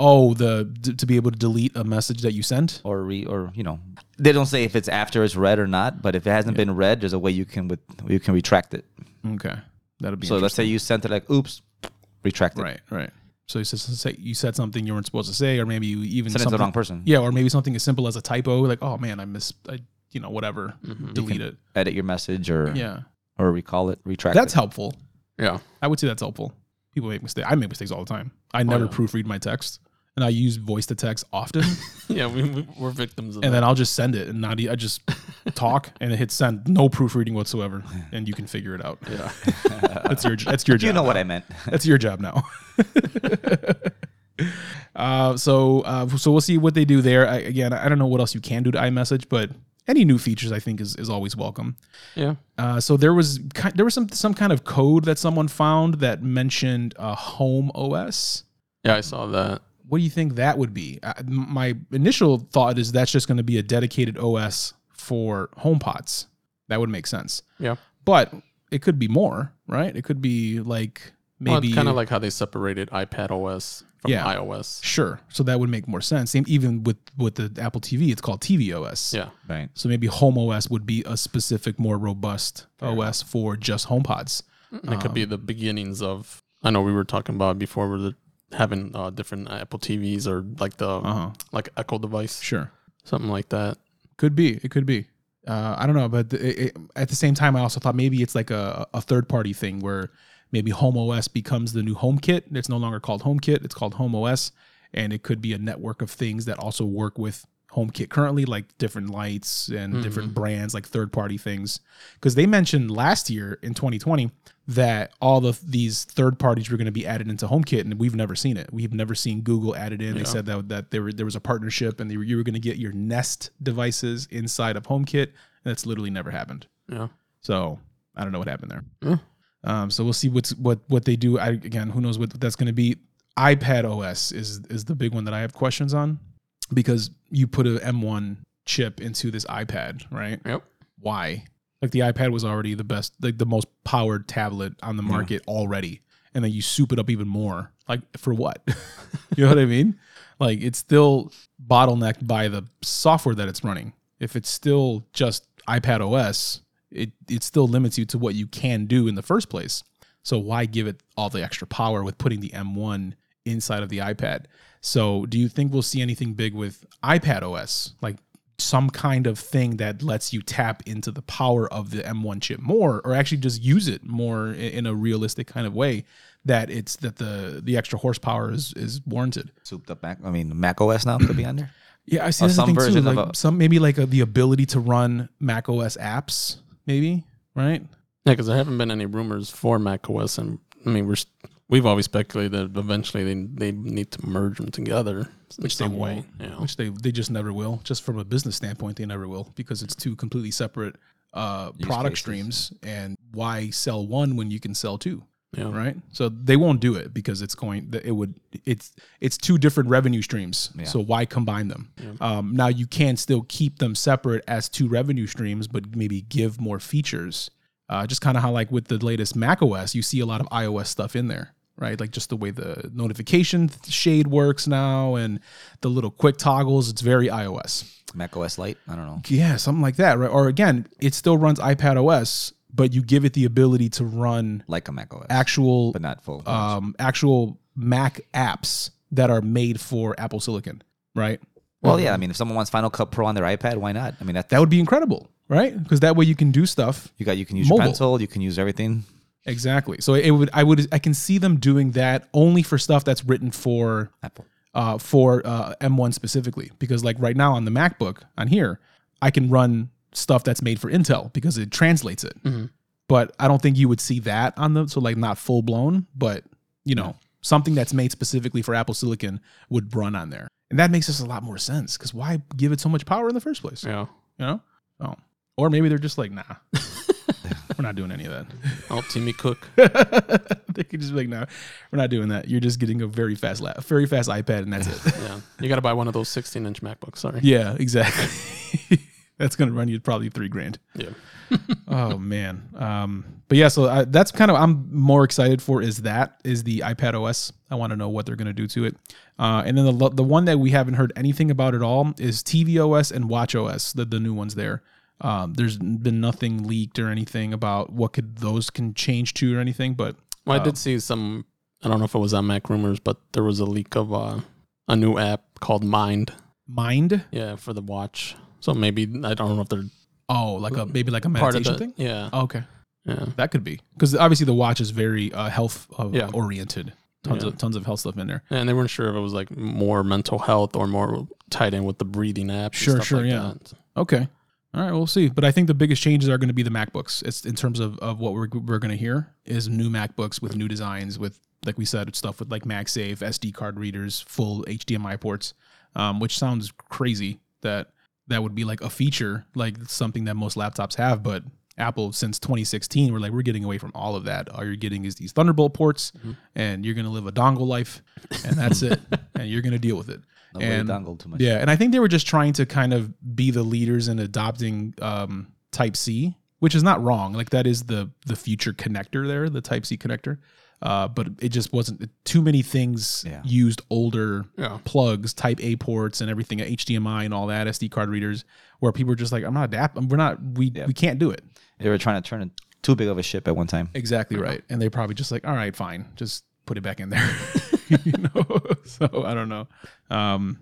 [SPEAKER 2] oh, the d- to be able to delete a message that you sent.
[SPEAKER 3] or re or you know they don't say if it's after it's read or not, but if it hasn't been read, there's a way you can with you can retract it.
[SPEAKER 2] Okay, that'll be
[SPEAKER 3] So let's say you sent it like, oops, retract it.
[SPEAKER 2] right, right. So you said say- you said something you weren't supposed to say, or maybe you even
[SPEAKER 3] Sent it to the
[SPEAKER 2] something,
[SPEAKER 3] wrong person.
[SPEAKER 2] Yeah, or maybe something as simple as a typo, like oh man, I miss, I, you know, whatever, delete it.
[SPEAKER 3] Edit your message or
[SPEAKER 2] Yeah,
[SPEAKER 3] or recall it, retract
[SPEAKER 2] that's
[SPEAKER 3] it.
[SPEAKER 2] helpful.
[SPEAKER 4] Yeah.
[SPEAKER 2] I would say that's helpful. People make mistakes. I make mistakes all the time.
[SPEAKER 3] Oh,
[SPEAKER 2] I never proofread my text, and I use voice to text often.
[SPEAKER 4] Yeah, we, we, we're victims of
[SPEAKER 2] and
[SPEAKER 4] that.
[SPEAKER 2] then I'll just send it and not e- I just talk and hit send, no proofreading whatsoever, and you can figure it out. Yeah, that's your that's your job.
[SPEAKER 3] You know what
[SPEAKER 2] now.
[SPEAKER 3] I meant.
[SPEAKER 2] That's your job now. uh, so uh, so we'll see what they do there. I, again, I don't know what else you can do to iMessage, but any new features I think is is always welcome.
[SPEAKER 4] Yeah.
[SPEAKER 2] Uh, so there was ki- there was some some kind of code that someone found that mentioned uh, Home OS.
[SPEAKER 4] Yeah, I saw that.
[SPEAKER 2] What do you think that would be? Uh, m- my initial thought is that's just going to be a dedicated OS for HomePods. That would make sense,
[SPEAKER 4] Yeah.
[SPEAKER 2] but it could be more, right? It could be like maybe
[SPEAKER 4] well, kind of like how they separated iPad OS from
[SPEAKER 2] Yeah.
[SPEAKER 4] iOS.
[SPEAKER 2] sure. So that would make more sense. Same even with with the Apple TV, it's called tvOS.
[SPEAKER 4] Yeah.
[SPEAKER 3] Right.
[SPEAKER 2] So maybe Home OS would be a specific, more robust OS for just HomePods.
[SPEAKER 4] And it
[SPEAKER 2] Um,
[SPEAKER 4] could be the beginnings of, I know we were talking about before, where the, having uh, different Apple TVs or like the
[SPEAKER 2] Uh huh.
[SPEAKER 4] like Echo device,
[SPEAKER 2] Sure.
[SPEAKER 4] something like that.
[SPEAKER 2] Could be. It could be. Uh, I don't know, but it, it, at the same time, I also thought maybe it's like a, a third party thing where maybe Home OS becomes the new HomeKit. It's no longer called HomeKit; it's called Home OS, and it could be a network of things that also work with HomeKit currently, like different lights and different brands, like third party things. Because they mentioned last year in 2020 that all of these third parties were going to be added into HomeKit, and we've never seen it. We've never seen Google added in. They said that that there were, there was a partnership, and they were, you were going to get your Nest devices inside of HomeKit. And that's literally never happened.
[SPEAKER 4] Yeah.
[SPEAKER 2] So I don't know what happened there.
[SPEAKER 4] Yeah.
[SPEAKER 2] Um, so we'll see what's what what they do. I, again, who knows what that's going to be. iPad OS is is the big one that I have questions on because you put a M1 chip into this iPad, right?
[SPEAKER 4] Yep.
[SPEAKER 2] Why? Like the iPad was already the best, like the most powered tablet on the market already, and then you soup it up even more. Like for what? you know what I mean? Like it's still bottlenecked by the software that it's running. If it's still just iPad OS, it it still limits you to what you can do in the first place. So why give it all the extra power with putting the M1 inside of the iPad? So do you think we'll see anything big with iPad OS? Like some kind of thing that lets you tap into the power of the M1 chip more or actually just use it more i- in a realistic kind of way that it's that the the extra horsepower is is warranted.
[SPEAKER 3] Souped up Mac. I mean, Mac OS now could be on there.
[SPEAKER 2] Yeah, I see
[SPEAKER 3] Or
[SPEAKER 2] that's the
[SPEAKER 3] some
[SPEAKER 2] thing too.
[SPEAKER 3] version of
[SPEAKER 2] Like
[SPEAKER 3] a-
[SPEAKER 2] some maybe like a, the ability to run Mac OS apps, maybe right?
[SPEAKER 4] Yeah, because there haven't been any rumors for Mac OS, and I mean we're s- we've always speculated that eventually they they need to merge them together,
[SPEAKER 2] Which they
[SPEAKER 4] some way,
[SPEAKER 2] won't.
[SPEAKER 4] you know.
[SPEAKER 2] Which they they just never will. Just from a business standpoint, they never will because it's two completely separate uh, product
[SPEAKER 3] cases.
[SPEAKER 2] streams. And why sell one when you can sell two?
[SPEAKER 4] Yeah.
[SPEAKER 2] Right. So they won't do it because it's going. that It would. It's it's two different revenue streams. So why combine them? Um, now you can still keep them separate as two revenue streams, but maybe give more features. Uh, just kind of how like with the latest Mac OS, you see a lot of iOS stuff in there, right? Like just the way the notification th- shade works now and the little quick toggles. It's very iOS.
[SPEAKER 3] Mac OS Lite. I don't know.
[SPEAKER 2] Yeah, something like that, right? Or again, it still runs iPad OS, but you give it the ability to run
[SPEAKER 3] Like a Mac OS,
[SPEAKER 2] actual
[SPEAKER 3] but not full.
[SPEAKER 2] um, actual Mac apps that are made for Apple Silicon, right?
[SPEAKER 3] well, yeah. I mean, if someone wants Final Cut Pro on their iPad, why not? I mean, that,
[SPEAKER 2] That would be incredible, right? Because that way you can do stuff
[SPEAKER 3] you got. You can use
[SPEAKER 2] Mobile.
[SPEAKER 3] your pencil. You can use everything.
[SPEAKER 2] Exactly. So it would I would I can see them doing that only for stuff that's written for
[SPEAKER 3] Apple.
[SPEAKER 2] uh for uh M1 specifically because like right now on the MacBook on here I can run stuff that's made for Intel because it translates it. But I don't think you would see that on them so like not full blown but you know something that's made specifically for Apple Silicon would run on there. And that makes us a lot more sense cuz why give it so much power in the first place?
[SPEAKER 4] Yeah.
[SPEAKER 2] You know? Oh. Or maybe they're just like nah. We're not doing any of that.
[SPEAKER 4] Oh, Timmy Cook.
[SPEAKER 2] they could just be like, no, we're not doing that. You're just getting a very fast lap, very fast iPad, and that's it.
[SPEAKER 4] Yeah. You got to buy one of those 16 inch MacBooks. Sorry.
[SPEAKER 2] yeah, exactly. that's going to run you probably three grand.
[SPEAKER 4] Yeah.
[SPEAKER 2] oh man. Um, but yeah, so I, that's kind of I'm more excited for is that is the iPad OS. I want to know what they're going to do to it. Uh, and then the lo- the one that we haven't heard anything about at all is tvOS and watchOS, the the new ones there. Um, there's been nothing leaked or anything about what could those can change to or anything, but
[SPEAKER 4] Well,
[SPEAKER 2] Um,
[SPEAKER 4] I did see some. I don't know if it was on Mac Rumors, but there was a leak of uh, a new app called Mind.
[SPEAKER 2] mind.
[SPEAKER 4] Yeah, for the watch. So maybe I don't know if they're
[SPEAKER 2] Oh, like a maybe like a
[SPEAKER 4] part
[SPEAKER 2] meditation
[SPEAKER 4] of the
[SPEAKER 2] thing.
[SPEAKER 4] Yeah,
[SPEAKER 2] Oh, okay.
[SPEAKER 4] yeah.
[SPEAKER 2] That could be because obviously the watch is very uh, health uh,
[SPEAKER 4] Yeah.
[SPEAKER 2] oriented. Tons of tons of health stuff in there.
[SPEAKER 4] And they weren't sure if it was like more mental health or more tied in with the breathing app. and
[SPEAKER 2] Sure,
[SPEAKER 4] stuff
[SPEAKER 2] sure,
[SPEAKER 4] like
[SPEAKER 2] yeah.
[SPEAKER 4] that.
[SPEAKER 2] Okay. All right, we'll see. But I think the biggest changes are going to be the MacBooks. It's in terms of, of what we're, we're going to hear is new MacBooks with new designs with like we said stuff with like MagSafe, SD card readers, full HDMI ports, um, which sounds crazy that that would be like a feature, like something that most laptops have, but Apple since 2016 we're like we're getting away from all of that. All you're getting is these Thunderbolt ports and you're going to live a dongle life and that's it and you're going to deal with it.
[SPEAKER 3] Not really
[SPEAKER 2] And-
[SPEAKER 3] dongle too much.
[SPEAKER 2] yeah, and I think they were just trying to kind of be the leaders in adopting um, Type C, which is not wrong. Like that is the the future connector there, the Type C connector. Uh, but it just wasn't too many things
[SPEAKER 3] Yeah.
[SPEAKER 2] used older
[SPEAKER 4] Yeah.
[SPEAKER 2] plugs, Type A ports, and everything, HDMI and all that, SD card readers, where people are just like, I'm not adapt, we're not, we we can't do it.
[SPEAKER 3] They were trying to turn it too big of a ship at one time.
[SPEAKER 2] Exactly
[SPEAKER 4] Uh-huh.
[SPEAKER 2] right. And they probably just like, all right, fine, just put it back in there. you know, so I don't know. Um,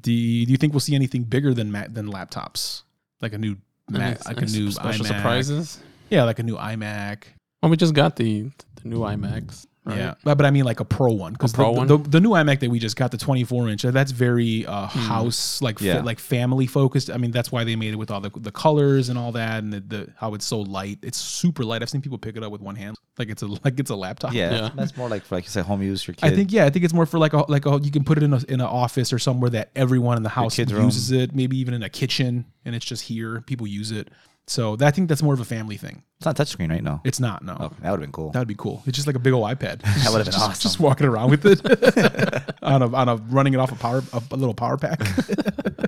[SPEAKER 2] do you, do you think we'll see anything bigger than ma- than laptops, like a new Mac, like a
[SPEAKER 4] Any
[SPEAKER 2] new
[SPEAKER 4] special
[SPEAKER 2] iMac?
[SPEAKER 4] surprises.
[SPEAKER 2] Yeah, like a new iMac.
[SPEAKER 4] Well, we just got the the new iMacs. Right?
[SPEAKER 2] Mm. Yeah, but, but I mean like a Pro one because
[SPEAKER 4] A Pro
[SPEAKER 2] the,
[SPEAKER 4] one?
[SPEAKER 2] The, the new iMac that we just got, the 24 inch, that's very uh,
[SPEAKER 4] Hmm.
[SPEAKER 2] house like
[SPEAKER 3] Yeah.
[SPEAKER 2] fa- like family focused. I mean that's why they made it with all the, the colors and all that, and the, the how it's so light. It's super light. I've seen people pick it up with one hand, like it's a like it's a laptop.
[SPEAKER 3] Yeah,
[SPEAKER 4] Yeah.
[SPEAKER 3] that's more like for like you said, home use your kid.
[SPEAKER 2] I think yeah, I think it's more for like a like a you can put it in a, in an office or somewhere that everyone in the house
[SPEAKER 3] kid's
[SPEAKER 2] uses it, maybe even in a kitchen, and it's just here people use it. So that, I think that's more of a family thing.
[SPEAKER 3] it's not touchscreen right now.
[SPEAKER 2] It's not no.
[SPEAKER 3] Oh, that would have been cool.
[SPEAKER 2] That'd be cool. It's just like a big old iPad. That
[SPEAKER 3] would've been
[SPEAKER 2] just,
[SPEAKER 3] awesome.
[SPEAKER 2] Just walking around with it on a on a running it off a power a, a little power pack.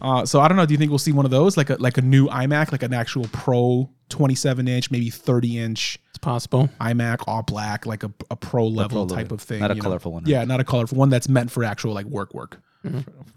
[SPEAKER 2] uh, so I don't know. Do you think we'll see one of those like a like a new iMac, like an actual Pro 27 inch, maybe 30 inch?
[SPEAKER 4] it's possible.
[SPEAKER 2] iMac all black, like a, a pro level
[SPEAKER 3] level,
[SPEAKER 2] type of thing.
[SPEAKER 3] not a
[SPEAKER 2] you
[SPEAKER 3] colorful one, right?
[SPEAKER 2] Yeah, not a colorful one that's meant for actual like work work.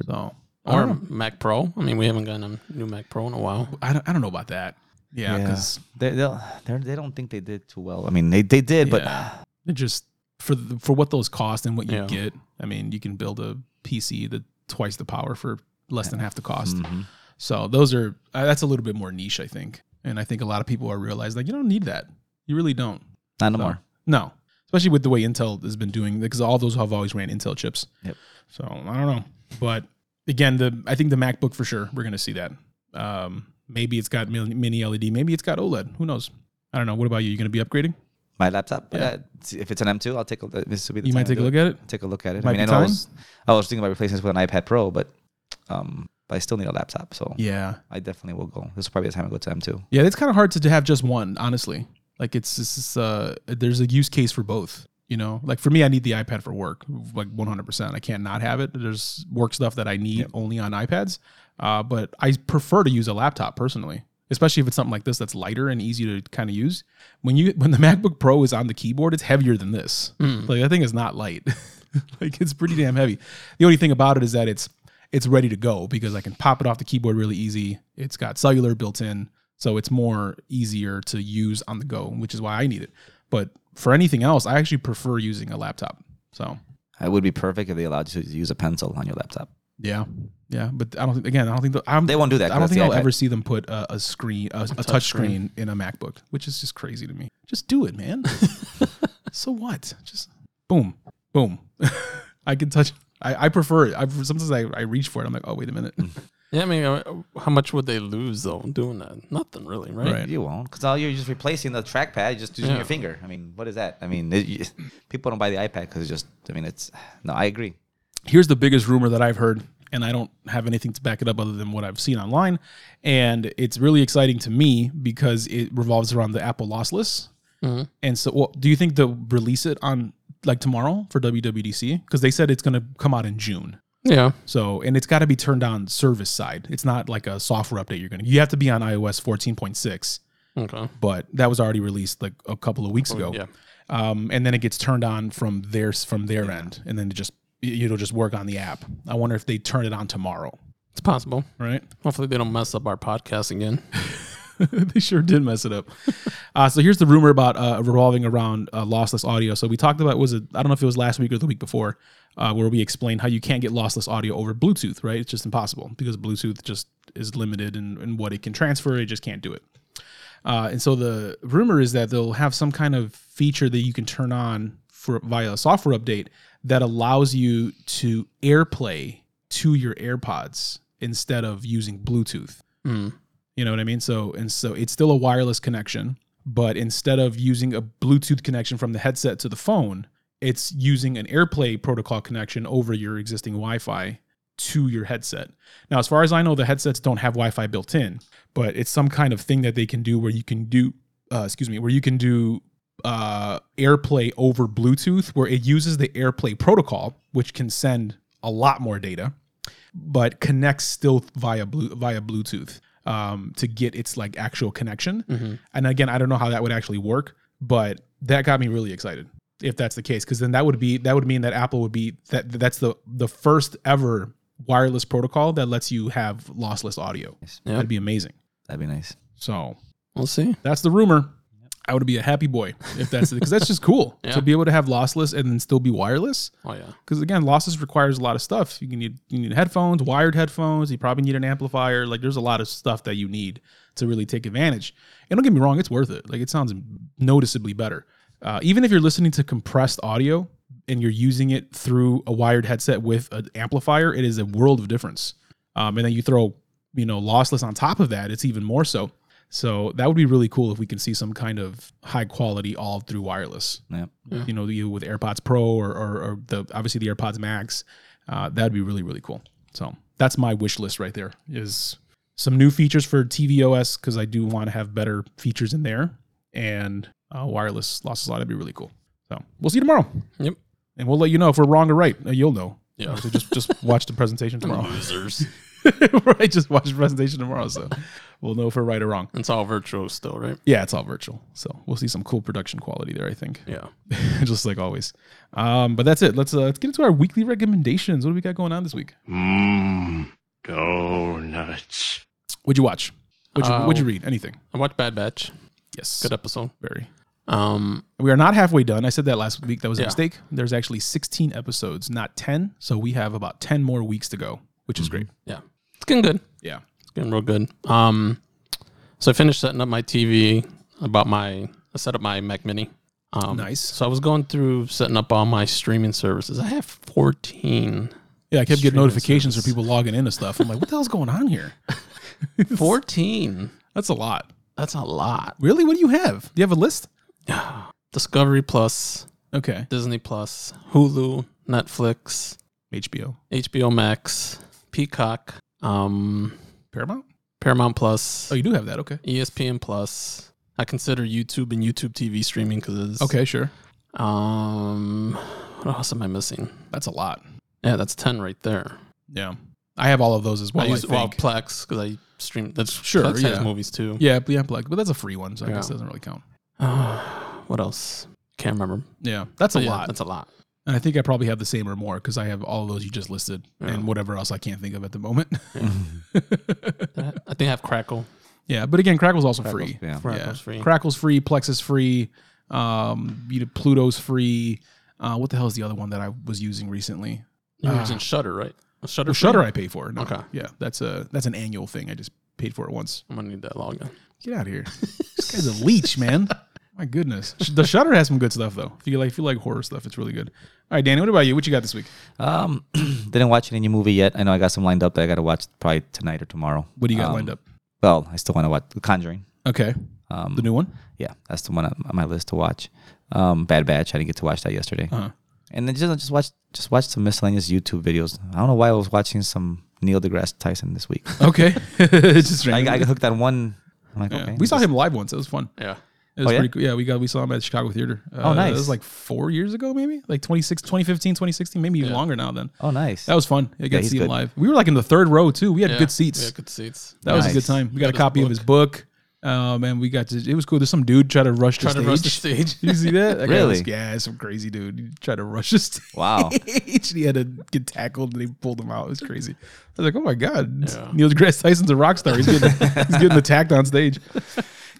[SPEAKER 2] So I
[SPEAKER 4] Or
[SPEAKER 2] don't, know.
[SPEAKER 4] Mac Pro. I mean, we haven't gotten a new Mac Pro in a while.
[SPEAKER 2] I don't I don't know about that. Yeah,
[SPEAKER 3] Yeah.
[SPEAKER 2] because
[SPEAKER 3] They they'll- they're- they don't think they did too well. I mean, they they did,
[SPEAKER 2] Yeah. it just for the, for what those cost and what you
[SPEAKER 4] Yeah.
[SPEAKER 2] get. I mean, you can build a PC that twice the power for less than half the
[SPEAKER 3] but
[SPEAKER 2] cost.
[SPEAKER 3] Mhm.
[SPEAKER 2] So those are uh, that's a little bit more niche, I think. And I think a lot of people are realized like you don't need that. You really don't.
[SPEAKER 3] not no
[SPEAKER 2] So,
[SPEAKER 3] more.
[SPEAKER 2] No, especially with the way Intel has been doing because all those have always ran Intel chips.
[SPEAKER 3] Yep.
[SPEAKER 2] So I don't know, but again, the I think the MacBook for sure we're gonna see that. Um, maybe it's got mil- mini LED, maybe it's got OLED. Who knows? I don't know. What about you? You gonna be upgrading?
[SPEAKER 3] My laptop.
[SPEAKER 2] Yeah.
[SPEAKER 3] Yeah. if it's an M2, I'll take a. This will be the
[SPEAKER 2] You might
[SPEAKER 3] time to
[SPEAKER 2] take a
[SPEAKER 3] do
[SPEAKER 2] look at it.
[SPEAKER 3] Take a look at it.
[SPEAKER 2] Might
[SPEAKER 3] I mean, I,
[SPEAKER 2] be
[SPEAKER 3] know I
[SPEAKER 2] time.
[SPEAKER 3] was I was thinking about replacing this with an iPad Pro, but um, but I still need a laptop, so
[SPEAKER 2] Yeah,
[SPEAKER 3] I definitely will go. This will probably be the time I go to M2.
[SPEAKER 2] yeah. It's kind of hard to have just one, honestly. Like it's this is uh, there's a use case for both. You know, like for me, I need the iPad for work, like 100%. I can't not have it. There's work stuff that I need only on iPads, uh, but I prefer to use a laptop personally, especially if it's something like this that's lighter and easy to kind of use. When you when the MacBook Pro is on the keyboard, it's heavier than this. Like that thing is not light. like it's pretty damn heavy. The only thing about it is that it's it's ready to go because I can pop it off the keyboard really easy. It's got cellular built in, so it's more easier to use on the go, which is why I need it. But for anything else, I actually prefer using a laptop. So
[SPEAKER 3] It would be perfect if they allowed you to use a pencil on your laptop.
[SPEAKER 2] yeah, yeah. But I don't think again. I don't think the, I'm,
[SPEAKER 3] They won't do that. 'cause
[SPEAKER 2] I don't
[SPEAKER 3] that's
[SPEAKER 2] think
[SPEAKER 3] the
[SPEAKER 2] I'll
[SPEAKER 3] iPad.
[SPEAKER 2] ever see them put a, a screen, a, a, touch, screen. in a MacBook, which is just crazy to me. Just do it, man. so what? Just boom, boom. I can touch. I, I prefer it. I, sometimes I, I reach for it. I'm like, oh wait a minute.
[SPEAKER 3] Mm-hmm.
[SPEAKER 4] Yeah, I mean, uh, how much would they lose though doing that? Nothing really, right?
[SPEAKER 2] Right.
[SPEAKER 3] You won't, because all you're just replacing the trackpad. You're just using
[SPEAKER 4] Yeah.
[SPEAKER 3] your finger. I mean, what is that? I mean, it, you, people don't buy the iPad because just. I mean, it's no. I agree.
[SPEAKER 2] here's the biggest rumor that I've heard, and I don't have anything to back it up other than what I've seen online. And it's really exciting to me because it revolves around the Apple lossless. And so, well, do you think they'll release it on like tomorrow for WWDC? Because they said it's going to come out in June.
[SPEAKER 4] Yeah.
[SPEAKER 2] So, and it's got to be turned on service side. It's not like a software update you're going to, you have to be on iOS 14.6,
[SPEAKER 4] Okay.
[SPEAKER 2] but that was already released like a couple of weeks ago.
[SPEAKER 4] Yeah.
[SPEAKER 2] Um, and then it gets turned on from their, from their end. And then it just, it- it'll just work on the app. I wonder if they turn it on tomorrow,
[SPEAKER 4] It's possible.
[SPEAKER 2] right?
[SPEAKER 4] Hopefully they don't mess up our podcast again.
[SPEAKER 2] they sure did mess it up. Uh, so here's the rumor about uh, revolving around uh, lossless audio. So we talked about was it? I don't know if it was last week or the week before, uh, where we explained how you can't get lossless audio over Bluetooth. Right? It's just impossible because Bluetooth just is limited in, in what it can transfer. It just can't do it. Uh, and so the rumor is that they'll have some kind of feature that you can turn on for via a software update that allows you to AirPlay to your AirPods instead of using Bluetooth.
[SPEAKER 4] Mm.
[SPEAKER 2] You know what I mean? So and so it's still a wireless connection, but instead of using a Bluetooth connection from the headset to the phone, it's using an AirPlay protocol connection over your existing Wi-Fi to your headset. Now, as far as I know, the headsets don't have Wi-Fi built in, but it's some kind of thing that they can do where you can do uh, excuse me, where you can do uh AirPlay over Bluetooth where it uses the AirPlay protocol, which can send a lot more data but connects still via blue, via Bluetooth um, to get its like actual connection.
[SPEAKER 4] Mm-hmm.
[SPEAKER 2] And again, I don't know how that would actually work, but that got me really excited. If that's the case, because then that would be that would mean that Apple would be that that's the the first ever wireless protocol that lets you have lossless audio.
[SPEAKER 3] Yes.
[SPEAKER 4] Yeah.
[SPEAKER 2] That'd be amazing.
[SPEAKER 3] That'd be nice.
[SPEAKER 2] So
[SPEAKER 4] We'll see.
[SPEAKER 2] that's the rumor. I would be a happy boy if that's because that's just cool
[SPEAKER 4] Yeah.
[SPEAKER 2] to be able to have lossless and then still be wireless
[SPEAKER 4] Oh yeah.
[SPEAKER 2] because again, losses requires a lot of stuff. You can need you need headphones, wired headphones. You probably need an amplifier. Like there's a lot of stuff that you need to really take advantage. And don't get me wrong, it's worth it. Like it sounds noticeably better. Uh, even if you're listening to compressed audio and you're using it through a wired headset with an amplifier, it is a world of difference. Um, and then you throw you know lossless on top of that, it's even more so. So that would be really cool if we can see some kind of high quality all through wireless
[SPEAKER 3] Yeah.
[SPEAKER 2] you know, you with AirPods Pro or, or, or the obviously the AirPods Max. Uh, that'd be really really cool. So that's my wish list right there is some new features for tvOS because I do want to have better features in there and uh, wireless lossless audio would be really cool. So we'll see you tomorrow.
[SPEAKER 4] Yep.
[SPEAKER 2] And we'll let you know if we're wrong or right. Uh, You'll know.
[SPEAKER 4] Yeah.
[SPEAKER 2] So just just watch the presentation tomorrow.
[SPEAKER 4] Losers.
[SPEAKER 2] right, just watch the presentation tomorrow. So we'll know if we're right or wrong.
[SPEAKER 4] It's all virtual still, right?
[SPEAKER 2] Yeah, it's all virtual. So we'll see some cool production quality there, I think.
[SPEAKER 4] Yeah.
[SPEAKER 2] just like always. Um, but that's it. Let's uh, let's get into our weekly recommendations. What do we got going on this week?
[SPEAKER 5] Mmm, donuts.
[SPEAKER 2] What'd you watch? What'd you,
[SPEAKER 4] Uh,
[SPEAKER 2] what'd you read? Anything?
[SPEAKER 4] I watched Bad Batch.
[SPEAKER 2] Yes.
[SPEAKER 4] Good episode.
[SPEAKER 2] Very.
[SPEAKER 4] Um.
[SPEAKER 2] We are not halfway done. I said that last week. That was a
[SPEAKER 4] Yeah.
[SPEAKER 2] mistake. There's actually 16 episodes, not 10. So we have about 10 more weeks to go, which is
[SPEAKER 4] Mm-hmm.
[SPEAKER 2] great.
[SPEAKER 4] Yeah. It's getting good.
[SPEAKER 2] Yeah.
[SPEAKER 4] It's getting real good. Um. So I finished setting up my TV. About my, I set up my Mac Mini. Um,
[SPEAKER 2] Nice.
[SPEAKER 4] So I was going through setting up all my streaming services. I have 14.
[SPEAKER 2] Yeah. I kept getting
[SPEAKER 4] Streaming
[SPEAKER 2] notifications
[SPEAKER 4] service.
[SPEAKER 2] for people logging into stuff. I'm like, what the hell's going on here?
[SPEAKER 4] 14.
[SPEAKER 2] That's a lot.
[SPEAKER 4] That's a lot.
[SPEAKER 2] Really? What do you have? Do you have a list?
[SPEAKER 4] Discovery Plus,
[SPEAKER 2] Okay.
[SPEAKER 4] Disney Plus, Hulu, Netflix,
[SPEAKER 2] HBO,
[SPEAKER 4] HBO Max, Peacock, um,
[SPEAKER 2] Paramount.
[SPEAKER 4] Paramount Plus,
[SPEAKER 2] Oh, you do have that. Okay.
[SPEAKER 4] ESPN Plus. I consider YouTube and YouTube TV streaming because
[SPEAKER 2] Okay. Sure.
[SPEAKER 4] Um, what else am I missing?
[SPEAKER 2] That's a lot.
[SPEAKER 4] Yeah, that's ten right there.
[SPEAKER 2] Yeah. I have all of those as well.
[SPEAKER 4] I use
[SPEAKER 2] I
[SPEAKER 4] well
[SPEAKER 2] think.
[SPEAKER 4] Plex because I stream. That's
[SPEAKER 2] Sure,
[SPEAKER 4] Plex has
[SPEAKER 2] yeah.
[SPEAKER 4] movies too.
[SPEAKER 2] Yeah, but yeah, plugged. But that's a free one, so I guess
[SPEAKER 4] Yeah.
[SPEAKER 2] it doesn't really count.
[SPEAKER 4] what else? Can't remember.
[SPEAKER 2] Yeah, that's a
[SPEAKER 4] But Oh, yeah,
[SPEAKER 2] lot.
[SPEAKER 4] That's a lot.
[SPEAKER 2] and I think I probably have the same or more because I have all those you just listed
[SPEAKER 4] Yeah.
[SPEAKER 2] and whatever else I can't think of at the moment.
[SPEAKER 4] I think I have Crackle.
[SPEAKER 2] yeah, but again, Crackle's also free.
[SPEAKER 3] Yeah.
[SPEAKER 4] Crackle's
[SPEAKER 2] yeah.
[SPEAKER 4] free.
[SPEAKER 2] Crackle's free. Plex is free. Um, you know, Pluto's free. Uh, what the hell is the other one that I was using recently?
[SPEAKER 4] You're
[SPEAKER 2] Ah.
[SPEAKER 4] using Shutter, right? Shutter.
[SPEAKER 2] Or Shutter, I pay for. No.
[SPEAKER 4] Okay.
[SPEAKER 2] Yeah, that's a that's an annual thing. I just paid for it once.
[SPEAKER 4] I'm gonna need that login.
[SPEAKER 2] Get out of here. this guy's a leech, man. My goodness. The Shutter has some good stuff though. If you like, if you like horror stuff, it's really good. All right, Danny, what about you? What you got this week?
[SPEAKER 3] Um, didn't watch any new movie yet. I know I got some lined up that I got to watch probably tonight or tomorrow.
[SPEAKER 2] What do you got
[SPEAKER 3] Um,
[SPEAKER 2] lined up?
[SPEAKER 3] Well, I still want to watch The Conjuring.
[SPEAKER 2] Okay.
[SPEAKER 3] Um,
[SPEAKER 2] The new one?
[SPEAKER 3] yeah, that's the one on on my list to watch. Um, Bad Batch. I didn't get to watch that yesterday.
[SPEAKER 2] Uh-huh.
[SPEAKER 3] And then just just watch just watch some miscellaneous YouTube videos. I don't know why I was watching some Neil deGrasse Tyson this week.
[SPEAKER 2] Okay. It's just
[SPEAKER 3] I, I
[SPEAKER 2] random.
[SPEAKER 3] got hooked on one. I'm like,
[SPEAKER 2] Yeah.
[SPEAKER 3] okay,
[SPEAKER 2] We saw
[SPEAKER 3] this-
[SPEAKER 2] him live once. It was fun.
[SPEAKER 4] Yeah.
[SPEAKER 2] It was
[SPEAKER 3] Oh, yeah? Oh,
[SPEAKER 2] pretty cool. Yeah, we got we saw him at the Chicago Theater. Uh, It
[SPEAKER 3] nice.
[SPEAKER 2] was like four years ago, maybe like 26, 2015, 2016, maybe even
[SPEAKER 4] Yeah.
[SPEAKER 2] longer now. Then
[SPEAKER 3] Oh, nice.
[SPEAKER 2] that was fun. I got to
[SPEAKER 3] he's
[SPEAKER 2] see him
[SPEAKER 3] good.
[SPEAKER 2] live. We were like in the third row too. We had
[SPEAKER 4] Yeah,
[SPEAKER 2] good seats.
[SPEAKER 4] Yeah, good seats.
[SPEAKER 2] That was a good
[SPEAKER 3] Nice.
[SPEAKER 2] time. We got a
[SPEAKER 4] Got his
[SPEAKER 2] copy of his book, um, and we got to. It was cool. There's some dude try to rush
[SPEAKER 4] Try
[SPEAKER 2] the
[SPEAKER 4] to rush the
[SPEAKER 2] stage.
[SPEAKER 4] stage.
[SPEAKER 2] Did you see that? that guy
[SPEAKER 3] Really?
[SPEAKER 2] was- yeah, some crazy dude. He tried to rush the stage.
[SPEAKER 3] Wow.
[SPEAKER 2] and he had to get tackled, and they pulled him out. It was crazy. I was like, oh my god, it's-
[SPEAKER 4] Yeah.
[SPEAKER 2] Neil deGrasse Tyson's a rock star. He's getting, he's getting attacked on stage.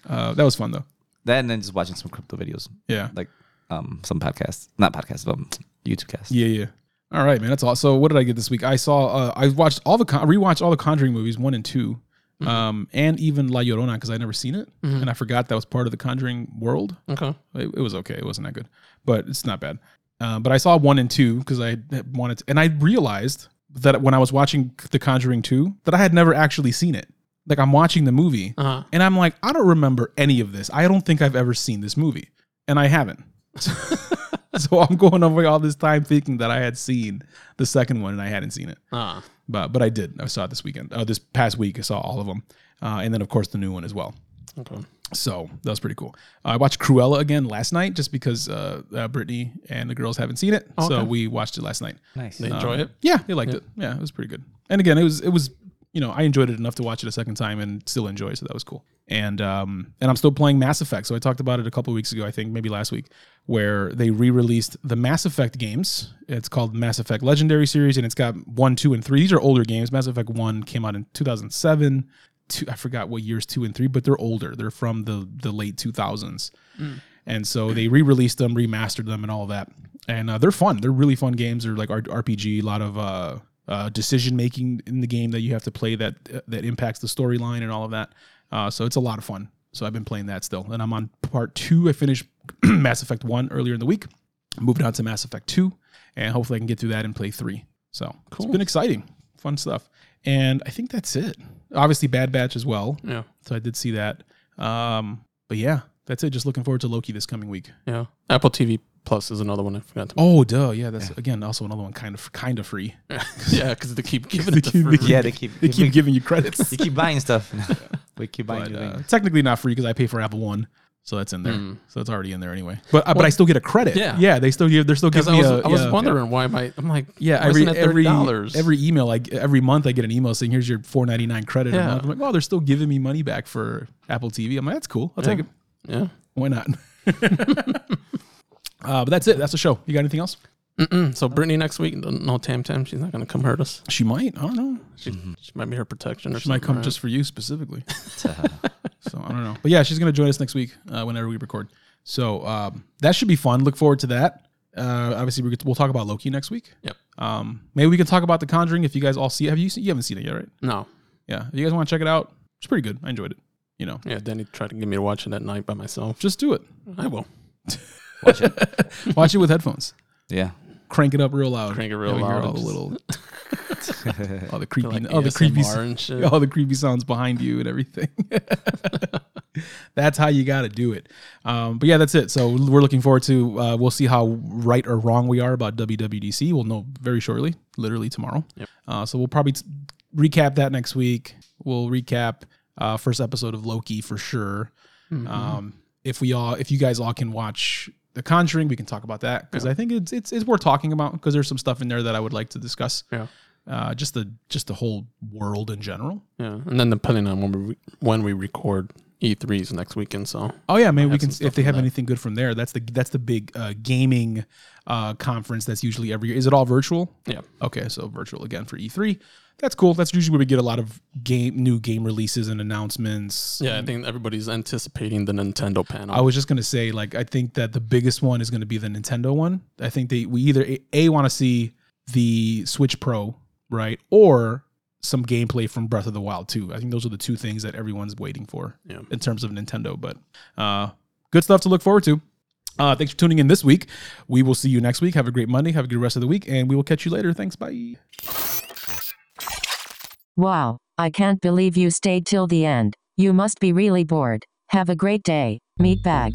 [SPEAKER 2] Uh, that was fun though.
[SPEAKER 3] that and then just watching some crypto videos,
[SPEAKER 2] Yeah.
[SPEAKER 3] like um some podcasts, not podcasts, but um, YouTube casts.
[SPEAKER 2] Yeah, yeah. All right, man. That's all. So, what did I get this week? I saw, uh, I watched all the, con- rewatched all the Conjuring movies, one and 2 um, and even La Llorona because I'd never seen it, and I forgot that was part of the Conjuring world.
[SPEAKER 4] Okay.
[SPEAKER 2] It, it was okay. It wasn't that good, but it's not bad. Um, but I saw one and two because I had wanted, to, and I realized that when I was watching The Conjuring two, that I had never actually seen it. Like I'm watching the movie,
[SPEAKER 4] Uh-huh.
[SPEAKER 2] and I'm like, I don't remember any of this. I don't think I've ever seen this movie, and I haven't. so I'm going away all this time thinking that I had seen the second one, and I hadn't seen it.
[SPEAKER 4] Ah.
[SPEAKER 2] But but I did. I saw it this weekend. Uh, this past week, I saw all of them, uh, and then of course the new one as well.
[SPEAKER 4] Okay.
[SPEAKER 2] So that was pretty cool. I watched Cruella again last night just because uh, uh, Brittany and the girls haven't seen it, so
[SPEAKER 4] okay.
[SPEAKER 2] we watched it last night.
[SPEAKER 3] Nice.
[SPEAKER 4] They enjoy it.
[SPEAKER 2] Yeah, they liked it. Yeah, it was pretty good. And again, it was it was you know I enjoyed it enough to watch it a second time and still enjoy, it, so that was cool. And um and I'm still playing Mass Effect. So I talked about it a couple weeks ago, I think maybe last week, where they re-released the Mass Effect games. It's called Mass Effect Legendary Series, and it's got one, two, and three. These are older games. Mass Effect One came out in 2007. Two, I forgot what years two and three, but they're older. They're from the the late 2000s. And so they re-released them, remastered them, and all that. And uh, they're fun. They're really fun games. They're like R- RPG, a lot of uh, uh, decision making in the game that you have to play that that impacts the storyline and all of that. Uh, so it's a lot of fun. So I've been playing that still, and I'm on part two. I finished Mass Effect one earlier in the week. Moved on to Mass Effect two, and hopefully I can get through that and play three. So it's been exciting, fun stuff. And I think that's it. Obviously, Bad Batch as well.
[SPEAKER 4] Yeah.
[SPEAKER 2] So I did see that. Um, but yeah, that's it. Just looking forward to Loki this coming week.
[SPEAKER 4] Yeah. Apple TV Plus is another one I forgot to
[SPEAKER 2] Oh, duh, yeah. That's again also another one kind of kind of free.
[SPEAKER 4] yeah, because they keep giving it
[SPEAKER 2] keep-
[SPEAKER 4] to free.
[SPEAKER 2] they
[SPEAKER 3] Yeah, they keep,
[SPEAKER 2] They keep giving you credits,
[SPEAKER 3] you keep buying stuff. we keep buying
[SPEAKER 2] but
[SPEAKER 3] new
[SPEAKER 2] uh,
[SPEAKER 3] things.
[SPEAKER 2] technically not free because I pay for Apple One, so that's in there. So it's already in there anyway. But uh, but I still get a credit.
[SPEAKER 4] yeah.
[SPEAKER 2] Hmm. yeah. They still give. They're still
[SPEAKER 4] Because
[SPEAKER 2] giving
[SPEAKER 4] I was,
[SPEAKER 2] me a.
[SPEAKER 4] I was
[SPEAKER 2] yeah.
[SPEAKER 4] wondering why my I'm like
[SPEAKER 2] Yeah, every
[SPEAKER 4] every it
[SPEAKER 2] every
[SPEAKER 4] thirty dollars
[SPEAKER 2] every email I every month I get an email saying here's your 4.99 credit.
[SPEAKER 4] Yeah.
[SPEAKER 2] A month. I'm like, oh, they're still giving me money back for Apple TV. I'm like, that's cool. I'll take it.
[SPEAKER 4] yeah.
[SPEAKER 2] Why not? uh, but that's it. That's the show. You got anything else?
[SPEAKER 4] Mm-mm. So Brittany next week no- no Tam Tam she's not gonna come hurt us
[SPEAKER 2] She might. I don't know.
[SPEAKER 4] she, she might be her protection or
[SPEAKER 2] She might
[SPEAKER 4] something,
[SPEAKER 2] come
[SPEAKER 4] right?
[SPEAKER 2] just for you specifically. so I don't know. But yeah, she's gonna join us next week uh, whenever we record. So um, that should be fun. Look forward to that. Uh, obviously, we could, we'll talk about Loki next week.
[SPEAKER 4] yep
[SPEAKER 2] Um, maybe we can talk about The Conjuring if you guys all see. Have you seen, you haven't seen it yet, right?
[SPEAKER 4] no
[SPEAKER 2] Yeah. If you guys want to check it out, it's pretty good. I enjoyed it. You know,
[SPEAKER 4] yeah Danny tried to get me to watch it at night by myself
[SPEAKER 2] just do it.
[SPEAKER 4] I will
[SPEAKER 2] Watch it with headphones.
[SPEAKER 3] Yeah.
[SPEAKER 2] Crank it up real loud.
[SPEAKER 4] Crank it real
[SPEAKER 2] And we hear
[SPEAKER 4] loud
[SPEAKER 2] all
[SPEAKER 4] and
[SPEAKER 2] the
[SPEAKER 4] just-
[SPEAKER 2] little, all the creepy,
[SPEAKER 4] like
[SPEAKER 2] all the creepy,
[SPEAKER 4] ASMR and shit
[SPEAKER 2] all the creepy sounds behind you and everything. that's how you got to do it. Um, but yeah, that's it. So we're looking forward to. Uh, we'll see how right or wrong we are about WWDC. We'll know very shortly, literally tomorrow. Uh, so we'll probably t- recap that next week. We'll recap uh, first episode of Loki for sure. Um, if we all, if you guys all can watch The Conjuring, we can talk about that because I think it's it's it's worth talking about because there's some stuff in there that I would like to discuss
[SPEAKER 4] yeah
[SPEAKER 2] uh, just the just the whole world in general.
[SPEAKER 4] yeah and then depending on when we when we record E3s next weekend so
[SPEAKER 2] Oh yeah, maybe we can
[SPEAKER 4] some
[SPEAKER 2] if they
[SPEAKER 4] stuff
[SPEAKER 2] have
[SPEAKER 4] on that.
[SPEAKER 2] anything good from there. That's the that's the big uh, gaming uh, conference that's usually every year. Is it all virtual?
[SPEAKER 4] yeah
[SPEAKER 2] Okay, so virtual again for E3. That's cool. That's usually where we get a lot of game new game releases and announcements.
[SPEAKER 4] yeah I think everybody's anticipating the Nintendo panel
[SPEAKER 2] Mm-hmm. I was just gonna say, like, I think that the biggest one is gonna be the Nintendo one. I think they we either a, want to see the Switch Pro, right, or some gameplay from Breath of the Wild too. I think those are the two things that everyone's waiting for
[SPEAKER 4] Yeah.
[SPEAKER 2] in terms of Nintendo. But uh, good stuff to look forward to. Uh, thanks for tuning in this week. We will see you next week. Have a great Monday. Have a good rest of the week, and we will catch you later. Thanks. Bye.
[SPEAKER 1] Wow, I can't believe you stayed till the end. You must be really bored. Have a great day, meatbag.